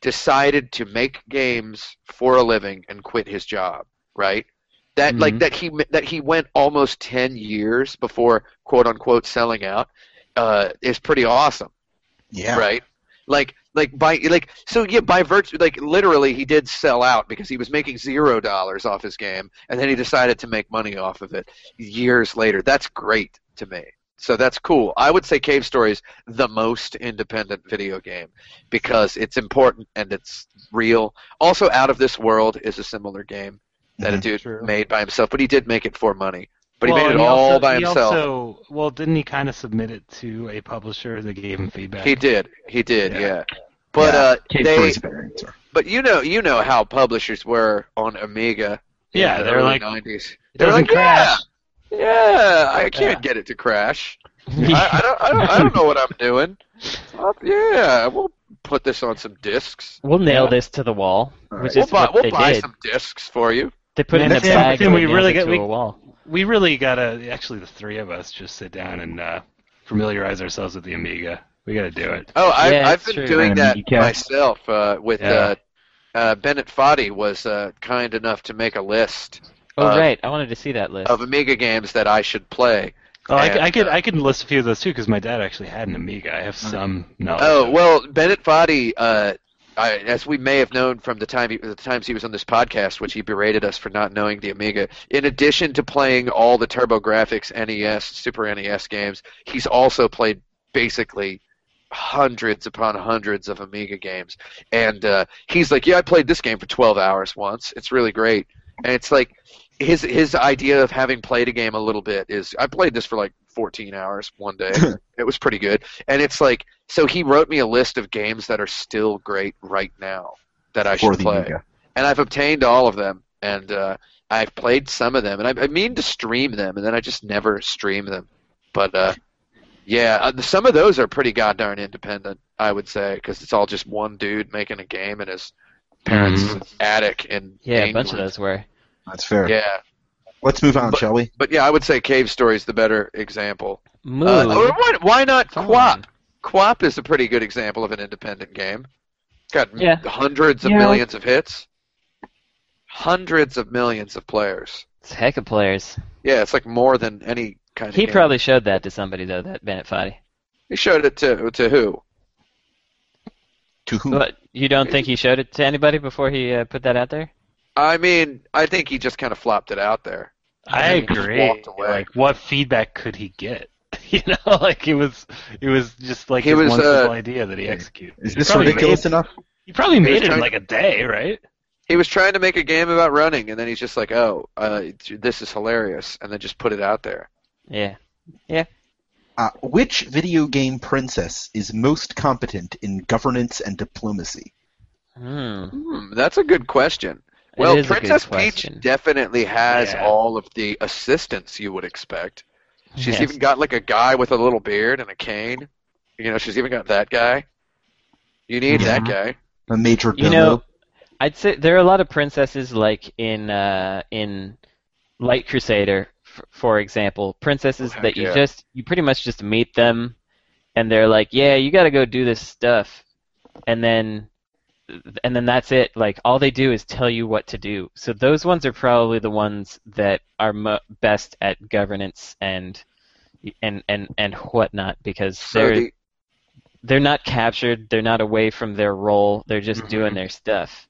S1: decided to make games for a living and quit his job, right? That like
S3: Mm-hmm.
S4: Mhm.
S1: that he that he went almost ten years before quote unquote selling out uh, is pretty awesome
S2: Yeah.
S1: right? Like, like by like so yeah by virtue like literally he did sell out because he was making zero dollars off his game and then he decided to make money off of it years later. That's great to me. So that's cool. I would say Cave Story is the most independent video game because it's important and it's real. Also, Out of This World is a similar game that a
S2: Mhm.
S1: dude
S3: True.
S1: made by himself, but he did make it for money. But he
S3: Well,
S1: made it
S3: and
S1: all
S3: also-
S1: by
S3: he
S1: himself.
S3: Also, well, didn't he kind of submit it to a publisher that gave him feedback?
S1: he did. He did.
S3: Yeah.
S1: Yeah. But
S2: Yeah.
S1: uh,
S2: Cave
S1: they
S2: Story's a better answer.
S1: But you know, you know how publishers were on Amiga. in
S3: Yeah,
S1: the
S3: they're
S1: early
S3: like,
S1: nineties.
S3: It
S1: They're
S3: doesn't
S1: like,
S3: crash.
S1: yeah, yeah, I can't get it to crash. I, I don't, I don't, I don't know what I'm doing. I'll- yeah, we'll put this on some discs.
S4: we'll nail
S3: Yeah.
S4: this to the wall,
S2: All
S4: which
S1: We'll
S4: is
S1: buy,
S4: what
S1: we'll
S4: they
S1: buy
S4: did.
S1: some discs for you.
S4: They put it in a
S3: Tim,
S4: bag
S3: Tim,
S4: and
S3: we
S4: they nailed
S3: really
S4: it
S3: got-
S4: to
S3: we-
S4: a wall.
S3: We really gotta actually the three of us just sit down and uh, familiarize ourselves with the Amiga. We gotta do it.
S1: Oh, I,
S4: Yeah,
S1: I've
S4: it's
S1: been
S4: true.
S1: doing
S2: Kinda
S1: that
S2: meaty cat.
S1: myself uh, with
S3: Yeah.
S1: uh, uh, Bennett Foddy was uh, kind enough to make a list
S4: Oh
S1: uh,
S4: right, I wanted to see that list.
S1: of Amiga games that I should play.
S3: Oh, I,
S1: And,
S3: I could
S1: uh,
S3: I could list a few of those too because my dad actually had an Amiga. I have some knowledge.
S1: Oh
S3: of-
S1: well, Bennett Foddy, uh, I, as we may have known from the time he, the times he was on this podcast, which he berated us for not knowing the Amiga. In addition to playing all the TurboGrafx, NES, Super NES games, he's also played basically hundreds upon hundreds of Amiga games. And uh, he's like, "Yeah, I played this game for 12 hours once. It's really great." And it's like his his idea of having played a game a little bit is, "I played this for like 14 hours one day. it was pretty good." And it's like, so he wrote me a list of games that are still great right now that I
S2: For
S1: should
S2: the
S1: play
S2: Amiga.
S1: and I've obtained all of them, and uh, I've played some of them, and I, I mean to stream them, and then I just never stream them. But uh, yeah, uh, some of those are pretty goddamn independent, I would say, because it's all just one dude making a game in his parents'
S3: Mhm.
S1: attic in
S4: Yeah, a
S1: England.
S4: bunch of those were.
S1: Uh,
S2: That's fair.
S1: Yeah,
S2: Let's move on, shall we?
S1: but yeah, I would say cave story is the better example.
S4: Moo.
S1: Uh, or why, why not
S4: Fun.
S1: Quap? Quap is a pretty good example of an independent game. It's got m-
S4: Yeah.
S1: hundreds of
S4: Yeah.
S1: millions of hits, hundreds of millions of players.
S4: it's a heck of players.
S1: Yeah, it's like more than any kind of.
S4: He
S1: game.
S4: probably showed that to somebody though. That Bennett Foddy.
S1: he showed it to to who?
S2: To who?
S4: But you don't think he showed it to anybody before he uh, put that out there?
S1: I mean, I think he just kind of flopped it out there.
S3: I
S1: And he just
S3: agree.
S1: walked away.
S3: Like, what feedback could he get? You know, like it was, it was just like
S1: He
S3: his
S1: was,
S3: one
S1: uh,
S3: simple idea that he executed.
S2: Is
S3: He
S2: this
S3: probably
S2: ridiculous
S3: made-
S2: enough?
S3: He probably
S1: was
S3: made it in
S1: trying-
S3: like a day, right?
S1: He was trying to make a game about running, and then he's just like, "Oh, uh, this is hilarious," and then just put it out there.
S4: Yeah.
S2: Uh, which video game princess is most competent in governance and diplomacy?
S4: Hmm.
S1: Hmm, that's a good question.
S4: It
S1: Well,
S4: is a good
S1: Princess Peach
S4: question.
S1: definitely has
S3: Yeah.
S1: all of the assistance you would expect. She's
S4: Yes.
S1: even got like a guy with a little beard and a cane. You know, she's even got that guy. You need that guy.
S2: A major domo.
S4: You know, I'd say there are a lot of princesses like in uh, in Light Crusader, f- for example, princesses
S1: Oh, heck
S4: that you
S1: yeah.
S4: just you pretty much just meet them, and they're like, yeah, you got to go do this stuff, and then and then that's it. Like all they do is tell you what to do. So those ones are probably the ones that are mo- best at governance and and and and whatnot because
S1: So
S4: they're
S1: the,
S4: they're not captured, they're not away from their role, they're just
S1: Mm-hmm.
S3: Mhm.
S4: doing their stuff.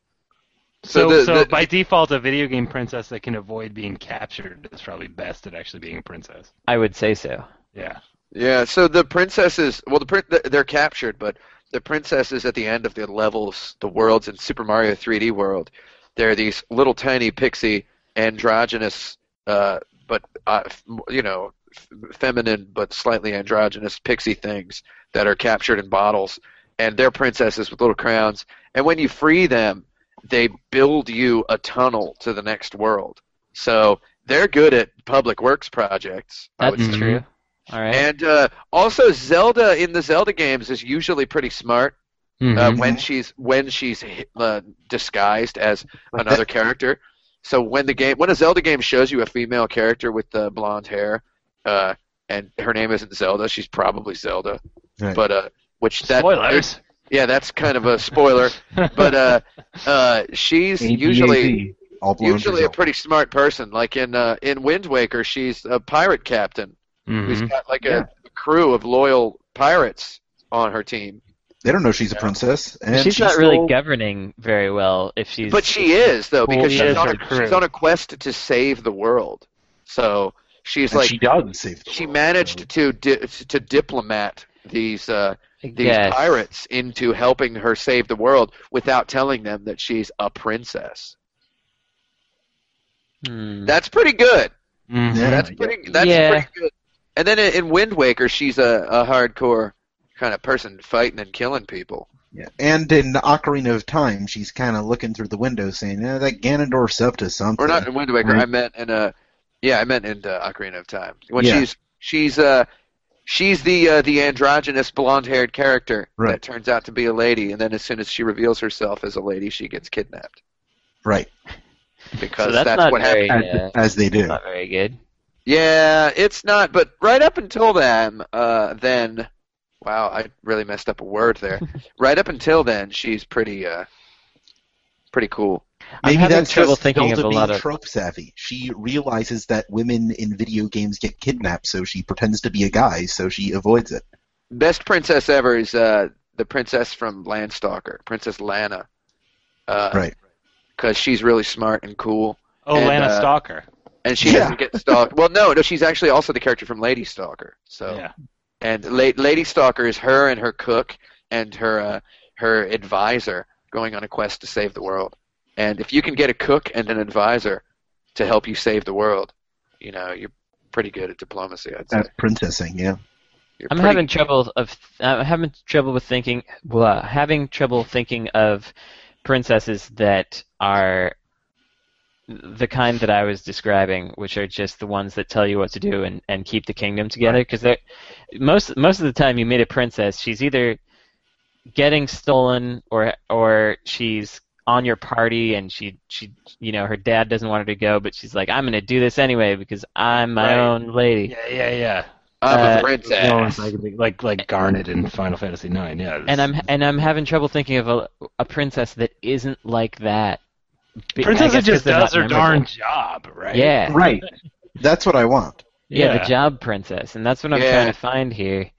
S1: so,
S3: So, so,
S1: the, the-
S3: by default, a video game princess that can avoid being captured is probably best at actually being a princess.
S4: I would say so.
S3: Yeah.
S1: yeah, so the princesses. Well, the prin- th- they're captured, but the princesses at the end of the levels, the worlds in Super Mario 3D World, they're these little tiny pixie androgynous, uh, but uh, f- you know, f- feminine but slightly androgynous pixie things that are captured in bottles, and they're princesses with little crowns. And when you free them, they build you a tunnel to the next world. So they're good at public works projects. I would
S4: That's
S1: say.
S4: true. All right.
S1: And uh, also, Zelda in the Zelda games is usually pretty smart uh,
S4: Mm-hmm.
S1: when she's when she's uh, disguised as another character. So when the game when a Zelda game shows you a female character with the blonde hair, uh, and her name isn't Zelda, she's probably Zelda,
S2: Right.
S1: but uh, which that
S3: Spoilers.
S1: yeah, that's kind of a spoiler. but uh, uh, she's
S2: ABAZ,
S1: usually
S2: all blown
S1: usually a
S2: result.
S1: pretty smart person. Like in uh, in Wind Waker, she's a pirate captain
S4: Mm-hmm.
S1: who's
S3: Mhm.
S1: got like
S2: Yeah.
S1: a crew of loyal pirates on her team.
S2: They don't know she's a princess, and
S4: she's, not really
S2: still-
S4: governing very well if she's
S1: But she is though
S3: Well,
S1: because
S3: yeah,
S1: she's, on
S3: her
S1: a,
S3: crew.
S1: she's on a quest to save the world. So she's
S2: and
S1: like
S2: she
S1: she,
S2: does save the world, so-
S1: managed to di- to diplomat these uh, these
S4: Yes.
S1: pirates into helping her save the world without telling them that she's a princess.
S4: Hmm.
S1: That's pretty good.
S3: Mhm.
S2: Yeah.
S1: That's pretty. That's
S4: Yeah.
S1: pretty good. And then in in Wind Waker, she's a, a hardcore kind of person fighting and killing people.
S2: Yeah. And in Ocarina of Time, she's kind of looking through the window, saying, eh, "That Ganondorf's up to something."
S1: Or not in Wind Waker.
S2: Right.
S1: I meant in uh, yeah, I meant in uh, Ocarina of Time. When
S2: Yeah.
S1: she's she's uh, she's the uh, the androgynous blonde-haired character
S2: Right.
S1: that turns out to be a lady, and then as soon as she reveals herself as a lady, she gets kidnapped
S2: Right,
S1: because
S4: so that's, not
S1: what
S4: very
S1: happened.
S2: as,
S4: uh,
S2: as they do.
S4: not very good.
S1: Yeah, it's not. But right up until then, uh, then wow, I really messed up a word there. right up until then, she's pretty uh, pretty cool.
S4: I'm
S2: Maybe
S4: having
S2: that's
S4: trouble
S2: just
S4: thinking of
S2: Zelda
S4: a lot
S2: being
S4: of-
S2: trope savvy. She realizes that women in video games get kidnapped, so she pretends to be a guy, so she avoids it.
S1: best princess ever is uh, the princess from Landstalker, Princess Lana. Uh,
S2: Right.
S1: Because she's really smart and cool,
S3: Oh,
S1: And,
S3: Lana
S1: uh,
S3: Stalker.
S1: and she
S2: Yeah.
S1: doesn't get stalked. Well, no, no, she's actually also the character from Lady Stalker. So,
S3: Yeah.
S1: and La- Lady Stalker is her and her cook and her uh, her advisor going on a quest to save the world. And if you can get a cook and an advisor to help you save the world, you know you're pretty good at diplomacy. I'd say.
S2: That's princessing, yeah.
S1: You're
S4: I'm
S1: pretty-
S4: having trouble of I'm having trouble with thinking blah, having trouble thinking of princesses that are the kind that I was describing, which are just the ones that tell you what to do and, and keep the kingdom together. Because most most of the time you meet a princess, she's either getting stolen or or she's on your party, and she she you know her dad doesn't want her to go, but she's like, I'm gonna do this anyway because I'm my
S3: Right.
S4: own lady.
S3: Yeah, yeah, yeah.
S1: I'm
S4: Uh,
S1: a princess.
S3: No one's like, like like Garnet in Final Fantasy IX. Yeah,
S4: And I'm and I'm having trouble thinking of a, a princess that isn't like that. Be- I
S3: Princess
S4: guess 'cause
S3: just
S4: they're not
S3: does her
S4: memorable.
S3: darn job, right?
S4: Yeah.
S2: Right. That's what I want.
S4: Yeah, the
S3: Yeah.
S4: job princess, and that's what I'm
S1: Yeah.
S4: trying to find here.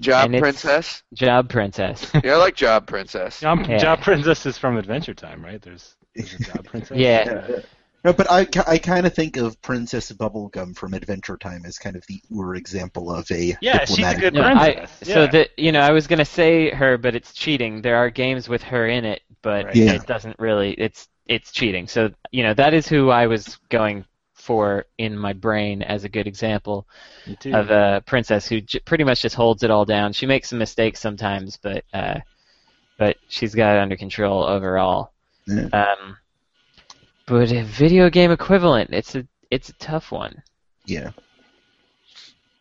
S1: Job
S4: and it's-
S1: princess.
S4: Job princess.
S1: Yeah, I like job princess.
S3: Job,
S4: Yeah.
S3: job princess is from Adventure Time, right? There's, there's a job princess.
S4: Yeah.
S2: No, but I, ki- I kind of think of Princess Bubblegum from Adventure Time as kind of the ur example of a
S3: Yeah, she's a
S2: diplomatic.
S3: good
S4: No, I,
S3: princess.
S4: so
S3: yeah.
S4: that you know, I was gonna say her, but it's cheating. There are games with her in it, but
S3: Right.
S2: Yeah.
S4: it doesn't really. It's it's cheating. So you know, that is who I was going for in my brain as a good example
S3: You do.
S4: of uh, a princess who j- pretty much just holds it all down. She makes some mistakes sometimes, but uh, but she's got it under control overall.
S2: Yeah.
S4: Um, but a video game equivalent, it's a it's a tough one.
S2: Yeah.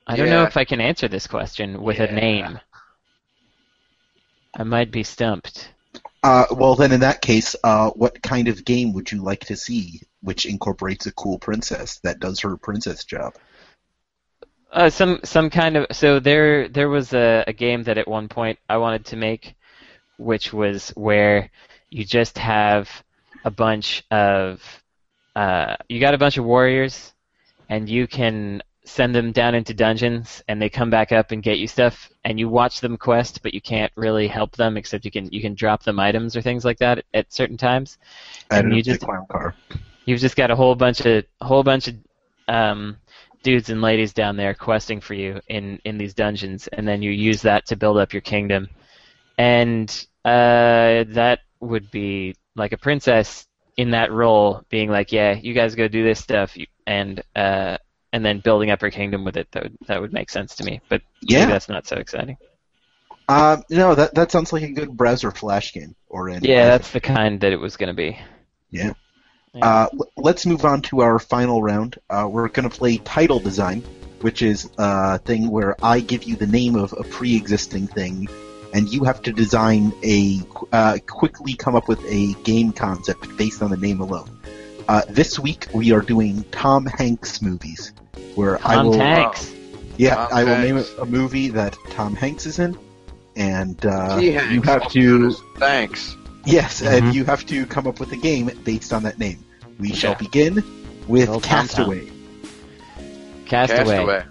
S4: I don't know
S1: Yeah.
S4: if I can answer this question with a
S3: Yeah.
S4: name. I might be stumped.
S2: Uh, well, then in that case, uh, what kind of game would you like to see which incorporates a cool princess that does her princess job?
S4: Uh, some some kind of so there there was a, a game that at one point I wanted to make, which was where you just have a bunch of uh, you got a bunch of warriors, and you can send them down into dungeons, and they come back up and get you stuff, and you watch them quest, but you can't really help them except you can you can drop them items or things like that at, at certain times.
S2: I don't
S4: you
S2: know, the
S4: just-
S2: clown car.
S4: You've just got a whole bunch of a whole bunch of um, dudes and ladies down there questing for you in in these dungeons, and then you use that to build up your kingdom. And uh, that would be like a princess in that role, being like, "Yeah, you guys go do this stuff," you- and uh, and then building up her kingdom with it. That would, that would make sense to me, but maybe
S2: Yeah.
S4: that's not so exciting.
S2: Uh, no, that that sounds like a good browser flash game Uh, or an
S4: Yeah, that's the kind that it was going to be.
S2: Uh, l- let's move on to our final round. Uh, we're going to play title design, which is a thing where I give you the name of a pre-existing thing, and you have to design a qu- uh, quickly come up with a game concept based on the name alone. Uh, this week we are doing Tom Hanks movies, where I
S4: Tom
S2: will um,
S4: Hanks.
S2: yeah
S1: Tom
S2: I will name
S1: Hanks.
S2: a movie that Tom Hanks is in, and uh,
S1: Gee, Hanks,
S2: you have
S1: oh,
S2: to
S1: goodness, Thanks.
S2: Yes,
S3: Mhm.
S4: Mm-hmm.
S2: and you have to come up with a game based on that name. We shall
S3: Yeah.
S2: begin with
S4: Well, Tom Tom.
S2: Castaway.
S4: Castaway.
S1: Castaway.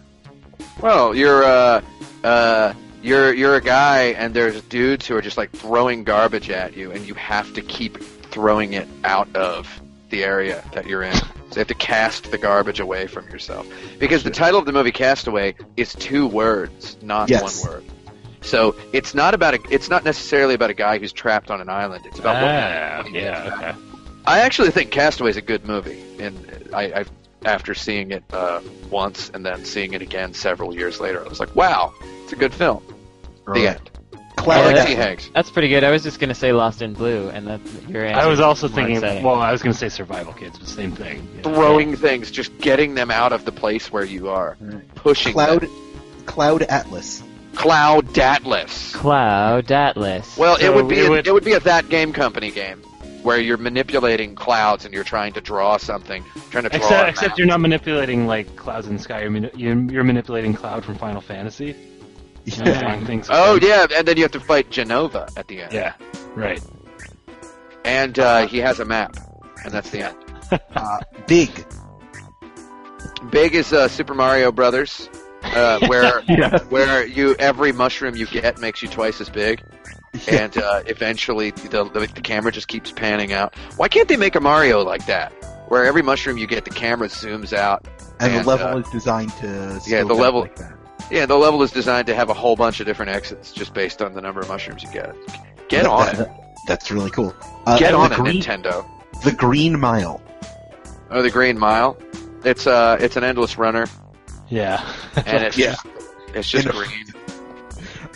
S1: Well, you're uh, uh, you're you're a guy, and there's dudes who are just like throwing garbage at you, and you have to keep throwing it out of the area that you're in. So you have to cast the garbage away from yourself because the title of the movie Castaway is two words, not
S2: Yes.
S1: one word. So it's not about a, it's not necessarily about a guy who's trapped on an island. It's about what
S3: Ah, yeah, okay.
S1: I actually think Castaway is a good movie, and I, I after seeing it uh, once and then seeing it again several years later, I was like, "Wow, it's a good film." The end. Oh, I
S2: Cloud
S1: like
S4: Yeah.
S1: T. Hanks.
S4: That's pretty good. I was just gonna say Lost in Blue, and that your answer.
S3: I was also
S4: more
S3: thinking.
S4: exciting.
S3: Well, I was going to say Survival Kids, but same thing. Yeah.
S1: Throwing things, just getting them out of the place where you are, pushing
S2: Cloud,
S1: them.
S2: Cloud Atlas.
S1: Cloud Datlas.
S4: Cloud Atlas.
S1: Well, it
S3: So
S1: would be
S3: it
S1: a,
S3: would-
S1: it would be a that game company game where you're manipulating clouds and you're trying to draw something, trying to draw. a
S3: Except,
S1: map.
S3: except you're not manipulating like clouds in the sky. You're, mani- you're, you're manipulating Cloud from Final Fantasy. You know,
S4: Mm-hmm.
S3: throwing things.
S1: Oh yeah, and then you have to fight Genova at the end.
S3: Yeah. Right.
S1: And uh, he has a map, and that's the end.
S2: Uh, big.
S1: Big is uh, Super Mario Brothers, uh, where where you every mushroom you get makes you twice as big, and uh, eventually the, the the camera just keeps panning out. Why can't they make a Mario like that, where every mushroom you get the camera zooms out?
S2: And,
S1: And,
S2: the level
S1: uh,
S2: is designed to.
S1: yeah, the
S2: scope out
S1: level-
S2: Like that.
S1: Yeah, the level is designed to have a whole bunch of different exits just based on the number of mushrooms you get. Get on it,
S2: That's really cool. Uh,
S1: get
S2: the
S1: on it,
S2: green,
S1: Nintendo.
S2: The Green Mile.
S1: Oh, the Green Mile. It's uh, it's an endless runner,
S3: Yeah.
S1: and it's
S2: Yeah.
S1: just, it's just
S2: In a-
S1: green.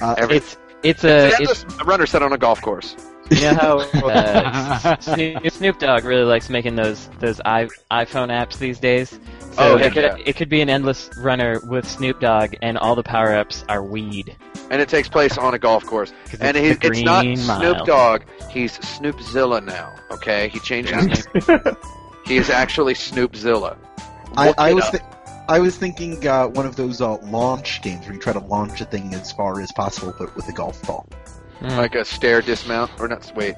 S2: Uh,
S1: Every-
S4: it's it's a
S1: it's an
S4: it's,
S1: endless runner set on a golf course.
S4: you know how uh, Snoop, Snoop Dogg really likes making those those I, iPhone apps these days, So
S1: Oh,
S4: it,
S1: heck
S4: could,
S1: yeah.
S4: it could be an endless runner with Snoop Dogg, and all the power ups are weed.
S1: and it takes place on a golf course.
S4: 'Cause
S1: And
S4: it's,
S1: he,
S4: the
S1: it's not
S4: Green Mile.
S1: Snoop Dogg. He's Snoopzilla now. Okay, he changed his name. he is actually Snoopzilla.
S2: I,
S1: Look
S2: I
S1: it
S2: was
S1: up.
S2: th- I was thinking uh, one of those uh, launch games where you try to launch a thing as far as possible, but with a golf ball.
S4: Mm.
S1: like a stair dismount or not? Wait,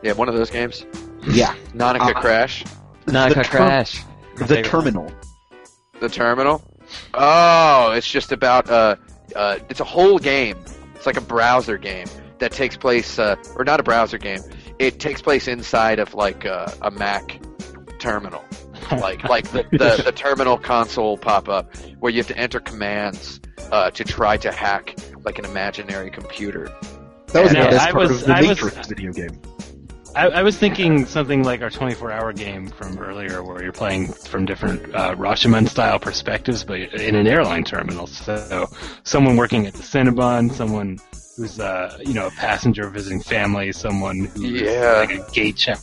S1: yeah, one of those games.
S2: Yeah,
S1: Nautica
S2: Uh,
S1: Crash,
S4: Not
S2: the
S4: a
S2: term-
S4: crash. My
S2: the
S4: favorite.
S2: terminal.
S1: the terminal. Oh, it's just about uh, uh, it's a whole game. It's like a browser game that takes place, uh, or not a browser game. It takes place inside of like uh, a Mac terminal, like like the, the, the terminal console pop up where you have to enter commands uh, to try to hack like an imaginary computer.
S2: That was
S4: Yeah,
S2: the best
S3: I
S2: part
S3: was-
S2: of the
S3: I was-
S2: Matrix video game.
S3: I, I was thinking something like our 24 hour game from earlier, where you're playing from different uh, Rashomon style perspectives, but in an airline terminal. So, someone working at the Cinnabon, someone who's uh, you know a passenger visiting family, someone who's
S1: Yeah.
S3: like a gate check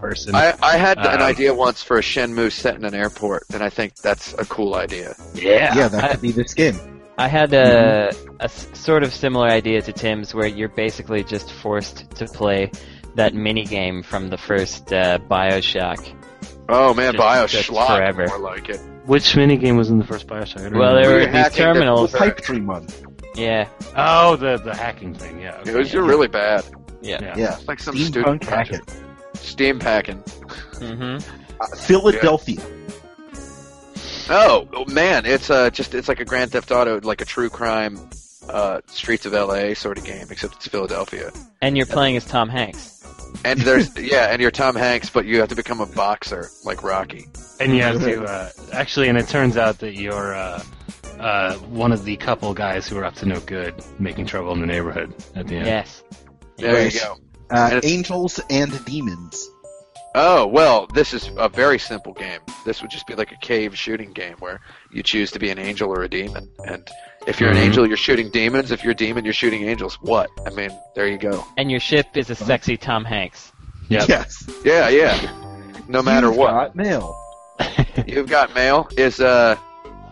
S3: person.
S1: I, I had an
S3: Um,
S1: idea once for a Shenmue set in an airport, and I think that's a cool idea.
S3: yeah.
S2: Yeah, that
S4: I-
S2: could be this game.
S4: I had a, a s- sort of similar idea to Tim's, where you're basically just forced to play that mini game from the first uh, Bioshock.
S1: Oh man,
S4: Just-
S1: Bio
S4: just
S1: Schlock,
S4: forever.
S1: more like it.
S3: Which minigame was in the first Bioshock? I don't
S4: Well, there
S1: You're
S3: remember.
S4: were these
S1: hacking the-
S4: terminals.
S1: Sure.
S2: Pipe Dream one.
S4: Yeah,
S3: oh, the the hacking thing. Yeah.
S1: It
S3: okay.
S1: was really bad.
S4: yeah.
S2: Yeah,
S1: It's like some
S2: steampunk
S1: student
S2: packet.
S1: steam packing.
S4: hmm
S2: Uh, Philadelphia.
S1: Oh, oh, man, it's uh, just it's like a Grand Theft Auto, like a true crime, uh, Streets of L.A. sort of game, except it's Philadelphia.
S4: And you're playing as Tom Hanks.
S1: And there's yeah, and you're Tom Hanks, but you have to become a boxer like Rocky.
S3: And you have to uh, actually, and it turns out that you're uh, uh, one of the couple guys who are up to no good, making trouble in the neighborhood at the end.
S4: Yes.
S1: There
S2: Nice.
S1: you go.
S2: Uh,
S1: Yes.
S2: Angels and Demons.
S1: Oh, well, this is a very simple game. This would just be like a cave shooting game where you choose to be an angel or a demon. And if you're
S3: Mhm.
S1: an angel, you're shooting demons. If you're a demon, you're shooting angels. What? I mean, there you go.
S4: And your ship is a sexy Tom Hanks.
S3: Yep.
S2: Yes.
S1: Yeah, yeah. No matter
S2: You've
S1: what.
S2: got mail.
S1: You've got mail is uh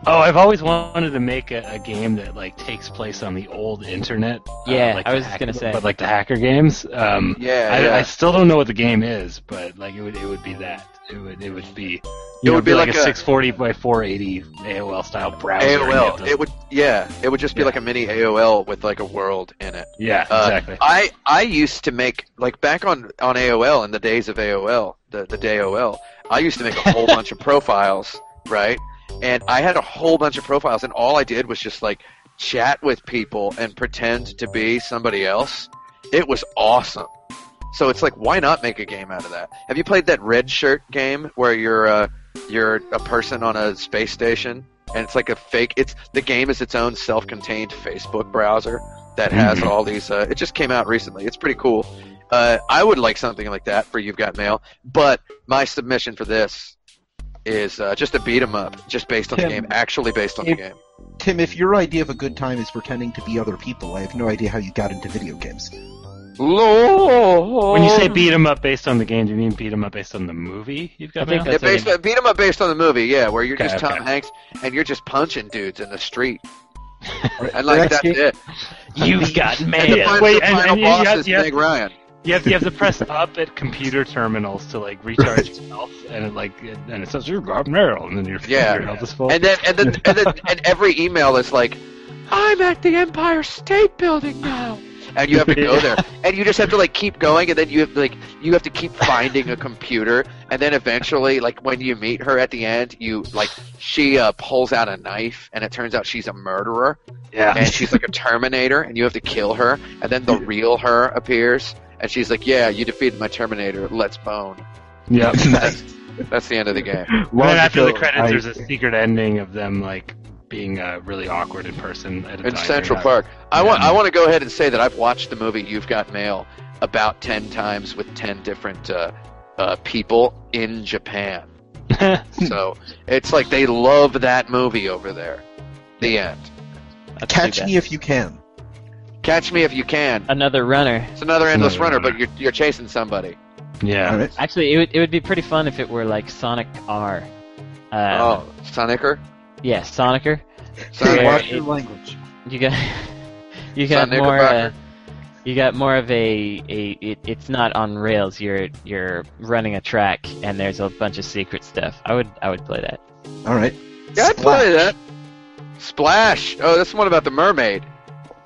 S3: Oh, I've always wanted to make a, a game that like takes place on the old internet. uh,
S4: Yeah,
S3: like
S4: I
S3: the
S4: was just
S3: hack-
S4: gonna say.
S3: but like the hacker games. Um,
S1: yeah,
S3: I,
S1: yeah.
S3: I still don't know what the game is, but like it would it would be that. It would it would be.
S1: It
S3: You know,
S1: would be
S3: like,
S1: like
S3: a,
S1: a-
S3: 640 by 480 AOL style browser. and you have
S1: AOL.
S3: to-
S1: It would yeah, it would just be
S3: Yeah.
S1: like a mini AOL with like a world in it.
S3: yeah,
S1: uh,
S3: exactly.
S1: I I used to make like back on on AOL in the days of AOL, the the day AOL. I used to make a whole bunch of profiles, right? And I had a whole bunch of profiles, and all I did was just like chat with people and pretend to be somebody else. It was awesome. So it's like, why not make a game out of that? Have you played that red shirt game where you're uh, you're a person on a space station and it's like a fake? It's the game is its own self-contained Facebook browser that has
S3: Mhm.
S1: all these. Uh, it just came out recently. It's pretty cool. Uh, I would like something like that for You've Got Mail, but my submission for this is uh, just a beat 'em up, just based on the
S2: Tim,
S1: game, actually based on the
S2: if-
S1: game.
S2: Tim, if your idea of a good time is pretending to be other people, I have no idea how you got into video games.
S1: Lord.
S3: When you
S1: Oh.
S3: say beat 'em up based on the game, do you mean beat 'em up based on the movie you've
S4: I
S3: got?
S4: think
S3: now?
S1: Yeah,
S4: That's what
S1: based,
S4: I
S1: beat 'em up based on the movie, yeah, where you're
S3: Okay,
S1: just Tom
S3: okay.
S1: Hanks and you're just punching dudes in the street, and
S2: Our
S1: like
S2: next
S1: that's
S2: game-
S1: it.
S4: You've got
S1: And the,
S4: mail.
S1: final-
S3: Wait,
S1: the
S3: and-
S1: final
S3: and you
S1: boss
S3: got-
S1: is
S3: you got-
S1: Meg Ryan.
S3: You have, you have to press up at computer terminals to like recharge yourself, and it like it- and it says you've got mail, and then your
S1: Yeah.
S3: your health is full.
S1: And then and then and then and every email is like, I'm at the Empire State Building now. And you have to go there, and you just have to like keep going, and then you have like you have to keep finding a computer, and then eventually, like when you meet her at the end, you like she uh, pulls out a knife, and it turns out she's a murderer,
S3: yeah,
S1: and she's like a Terminator, and you have to kill her, and then the real her appears, and she's like, "Yeah, you defeated my Terminator. Let's bone."
S3: yeah.
S1: That's, that's the end of the game.
S3: And then after the credits,
S2: I-
S3: there's a secret ending of them like being uh, really awkward in person at a
S1: in
S3: time
S1: Central
S3: they're not-
S1: Park. I
S3: Yeah.
S1: want I want to go ahead and say that I've watched the movie You've Got Mail about ten times with ten different uh, uh, people in Japan.
S3: Hmm.
S1: so it's like they love that movie over there. The end.
S4: That's too
S2: Catch
S4: bad.
S2: me if you can.
S1: Catch me if you can.
S4: Another runner.
S1: It's another endless
S3: Another
S1: runner,
S3: runner.
S1: but you're you're chasing somebody.
S3: Yeah,
S2: All right.
S4: Actually, it would, it would be pretty fun if it were like Sonic R. Uh,
S1: oh, Sonicer?
S4: Yeah, Sonicer.
S1: Sonic-
S4: Yeah.
S2: watch your language.
S4: You got you got
S1: Son
S4: more. Uh,
S1: Knickerbocker.
S4: you got more of a, a it, it's not on rails. You're you're running a track, and there's a bunch of secret stuff. I would I would play that.
S2: All right.
S1: Yeah, I'd
S2: Splash.
S1: play that. Splash. Oh, that's the one about the mermaid.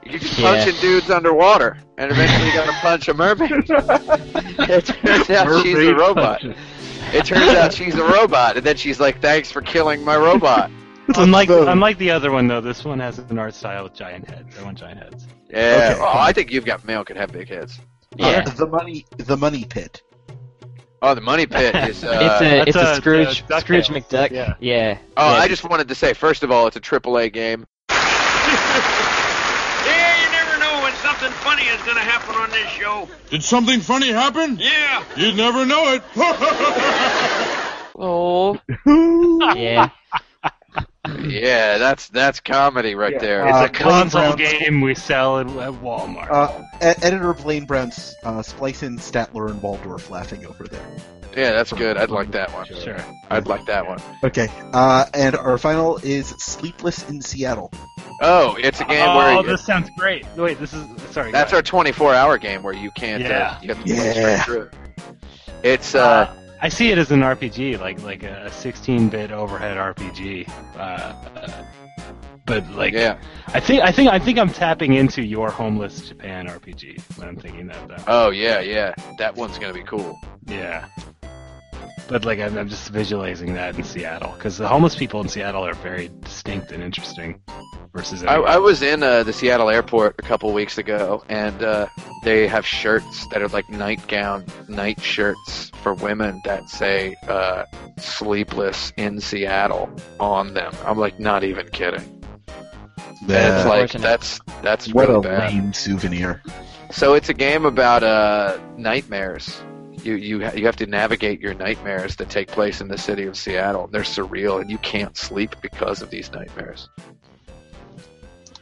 S1: You just
S4: Yeah.
S1: punching dudes underwater, and eventually you gotta punch a mermaid. it turns out she's a
S3: Mermaid
S1: robot.
S3: punches.
S1: It turns out she's a robot, and then she's like, "Thanks for killing my robot."
S3: Unlike
S2: Boom.
S3: unlike the other one though, this one has an art style with giant heads. I want giant heads.
S1: Yeah.
S2: Okay.
S1: Oh, I think you've got mail could have big heads.
S4: Yeah,
S2: Uh, the money. The money pit.
S1: Oh, the money pit is. Uh,
S4: it's a
S3: that's
S4: it's a,
S3: a-
S4: Scrooge
S3: uh, DuckTales.
S4: Scrooge McDuck.
S3: Yeah.
S4: yeah.
S1: oh,
S4: yeah.
S1: I just wanted to say, first of all, it's a AAA game.
S5: Yeah, you never know when something funny is gonna happen on this show.
S6: Did something funny happen?
S5: Yeah.
S6: You'd never know it.
S4: oh yeah.
S1: Yeah, that's that's comedy right
S2: Yeah.
S1: there.
S2: Uh,
S3: It's a
S2: Blaine
S3: console
S2: Brown's-
S3: game we sell at, at Walmart.
S2: Uh, e- editor Blaine Brown's uh, splice in Statler and Waldorf laughing over there.
S1: yeah, that's good. I'd like that one.
S3: sure.
S1: I'd like that one.
S2: Okay. Uh, and our final is Sleepless in Seattle.
S1: Oh, it's a game
S3: oh,
S1: where you,
S3: this sounds great. Wait, this is sorry.
S1: that's
S3: go
S1: our 24-hour game where you can't.
S3: Yeah.
S1: Uh, you have to play
S2: Yeah.
S1: straight through. It's uh,
S3: ahead. Uh, I see it as an RPG, like like a 16-bit overhead RPG. Uh, Uh, but like,
S1: yeah.
S3: I think I think I think I'm tapping into your homeless Japan RPG when I'm thinking that though.
S1: Oh yeah, yeah. That one's gonna be cool.
S3: Yeah. But like I'm, I'm just visualizing that in Seattle because the homeless people in Seattle are very distinct and interesting versus.
S1: I,
S3: everywhere.
S1: I was in uh, the Seattle airport a couple weeks ago, and uh, they have shirts that are like nightgown, night shirts for women that say uh, "Sleepless in Seattle" on them. I'm like, not even kidding. And it's like
S4: Unfortunate.
S1: that's that's
S2: what
S1: really
S2: a
S1: bad.
S2: lame souvenir.
S1: So it's a game about uh, nightmares. You you ha- you have to navigate your nightmares that take place in the city of Seattle. They're surreal, and you can't sleep because of these nightmares.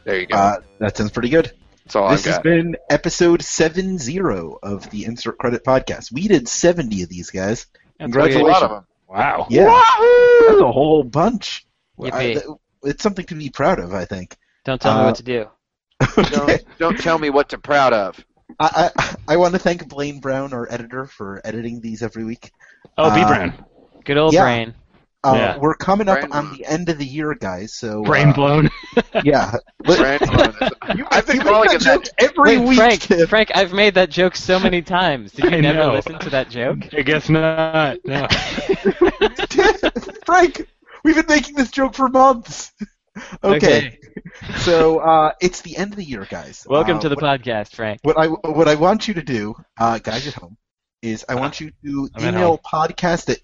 S1: There you go.
S2: Uh, that sounds pretty good.
S1: That's all I've
S2: this has
S1: got.
S2: been episode 70 of the Insert Credit Podcast. We did 70 of these, guys.
S1: That's a lot of
S2: Congratulations.
S1: them.
S3: wow.
S2: Yeah. That's a whole bunch. I-
S4: Yippee.
S2: th- it's something to be proud of, I think.
S4: Don't tell me
S2: uh,
S4: what to do.
S2: Okay.
S1: Don't, don't tell me what to proud of.
S2: I, I, I want to thank Blaine Brown, our editor, for editing these every week.
S3: Oh, B
S2: uh,
S3: Brown.
S4: Good old
S2: yeah.
S4: brain.
S2: Uh,
S3: Yeah.
S2: We're coming up
S1: Brain-
S2: on the end of the year, guys. So
S3: Brain
S2: uh,
S3: blown.
S2: Yeah,
S1: Brand- I've been
S2: You make
S1: calling
S2: that
S1: it that.
S2: joke every
S4: Wait,
S2: week.
S4: Frank,
S2: Tim.
S4: Frank, I've made that joke so many times. Did you
S3: I
S4: never
S3: know.
S4: listen to that joke?
S3: I guess not. No.
S2: Frank, we've been making this joke for months. Okay, so uh, it's the end of the year, guys.
S4: Welcome
S2: Uh,
S4: to the
S2: what-
S4: podcast, Frank.
S2: What I what I want you to do, uh, guys at home, is I want you to
S3: Uh, I'm at
S2: email podcast at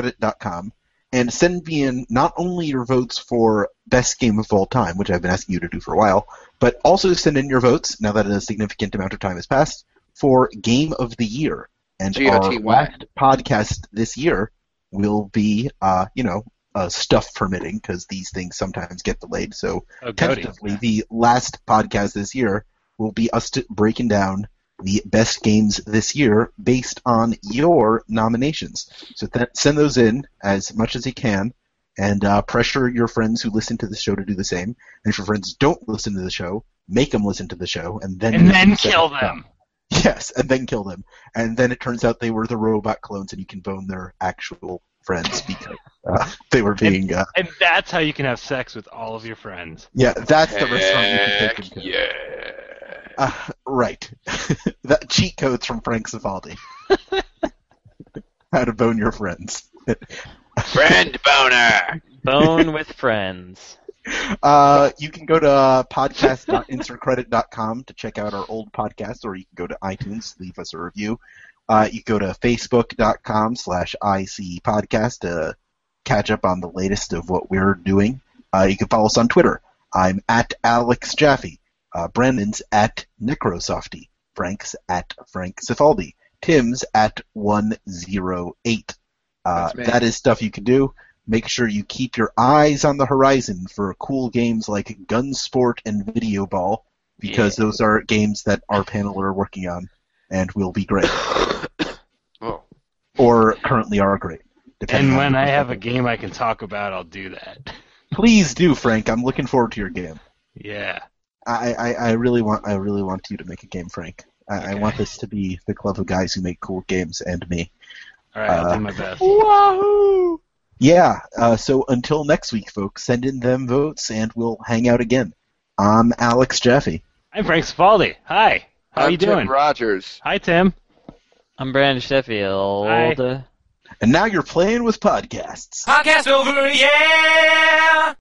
S2: insertcredit.com and send me in not only your votes for best game of all time, which I've been asking you to do for a while, but also send in your votes now that a significant amount of time has passed for game of the year. And our
S1: GOTY.
S2: last podcast this year will be, uh, you know, uh, stuff permitting because these things sometimes get delayed. So
S3: Oh, Cody.
S2: tentatively, the last podcast this year will be us t- breaking down the best games this year based on your nominations. So th- send those in as much as you can, and uh, pressure your friends who listen to the show to do the same. And if your friends don't listen to the show, make them listen to the show, and then
S3: And
S2: you
S3: then
S2: can set
S3: kill
S2: it up.
S3: them.
S2: Yes, and then kill them. And then it turns out they were the robot clones, and you can bone their actual friends because uh, they were being. Uh,
S3: And that's how you can have sex with all of your friends.
S2: yeah, that's the restaurant you can
S1: Heck
S2: take them to.
S1: yeah.
S2: Uh, right. that cheat codes from Frank Savaldi. How to bone your friends.
S1: Friend boner.
S4: Bone with friends.
S2: Uh, you can go to podcast.insertcredit.com to check out our old podcast, or you can go to iTunes, leave us a review. Uh, you can go to facebook.com slash IC podcast to catch up on the latest of what we're doing. Uh, you can follow us on Twitter. I'm at Alex Jaffe. Uh, Brandon's at Necrosofty. Frank's at Frank Cifaldi. Tim's at 108. Uh,
S1: That's me.
S2: that is stuff you can do. Make sure you keep your eyes on the horizon for cool games like Gunsport and Video Ball, because those are games that our panel are working on and will be great,
S1: Oh.
S2: or currently are great. depending
S3: And
S2: on
S3: when
S2: the
S3: I have a
S2: perspective.
S3: game I can talk about, I'll do that.
S2: please do, Frank. I'm looking forward to your game.
S3: Yeah.
S2: I, I, I really want I really want you to make a game, Frank. I, I
S3: Okay.
S2: want this to be the club of guys who make cool games and me.
S3: All right, I'll
S2: Uh,
S3: do my best.
S2: Wahoo! Yeah. Uh, so until next week, folks, send in them votes and we'll hang out again. I'm Alex Jaffe.
S3: I'm Frank Spaldi. Hi. How
S1: I'm
S3: you
S1: Tim
S3: doing?
S1: Rogers.
S3: Hi, Tim.
S4: I'm Brandon Sheffield.
S3: Hi.
S4: Uh,
S2: And now you're playing with podcasts.
S7: Podcast over, yeah!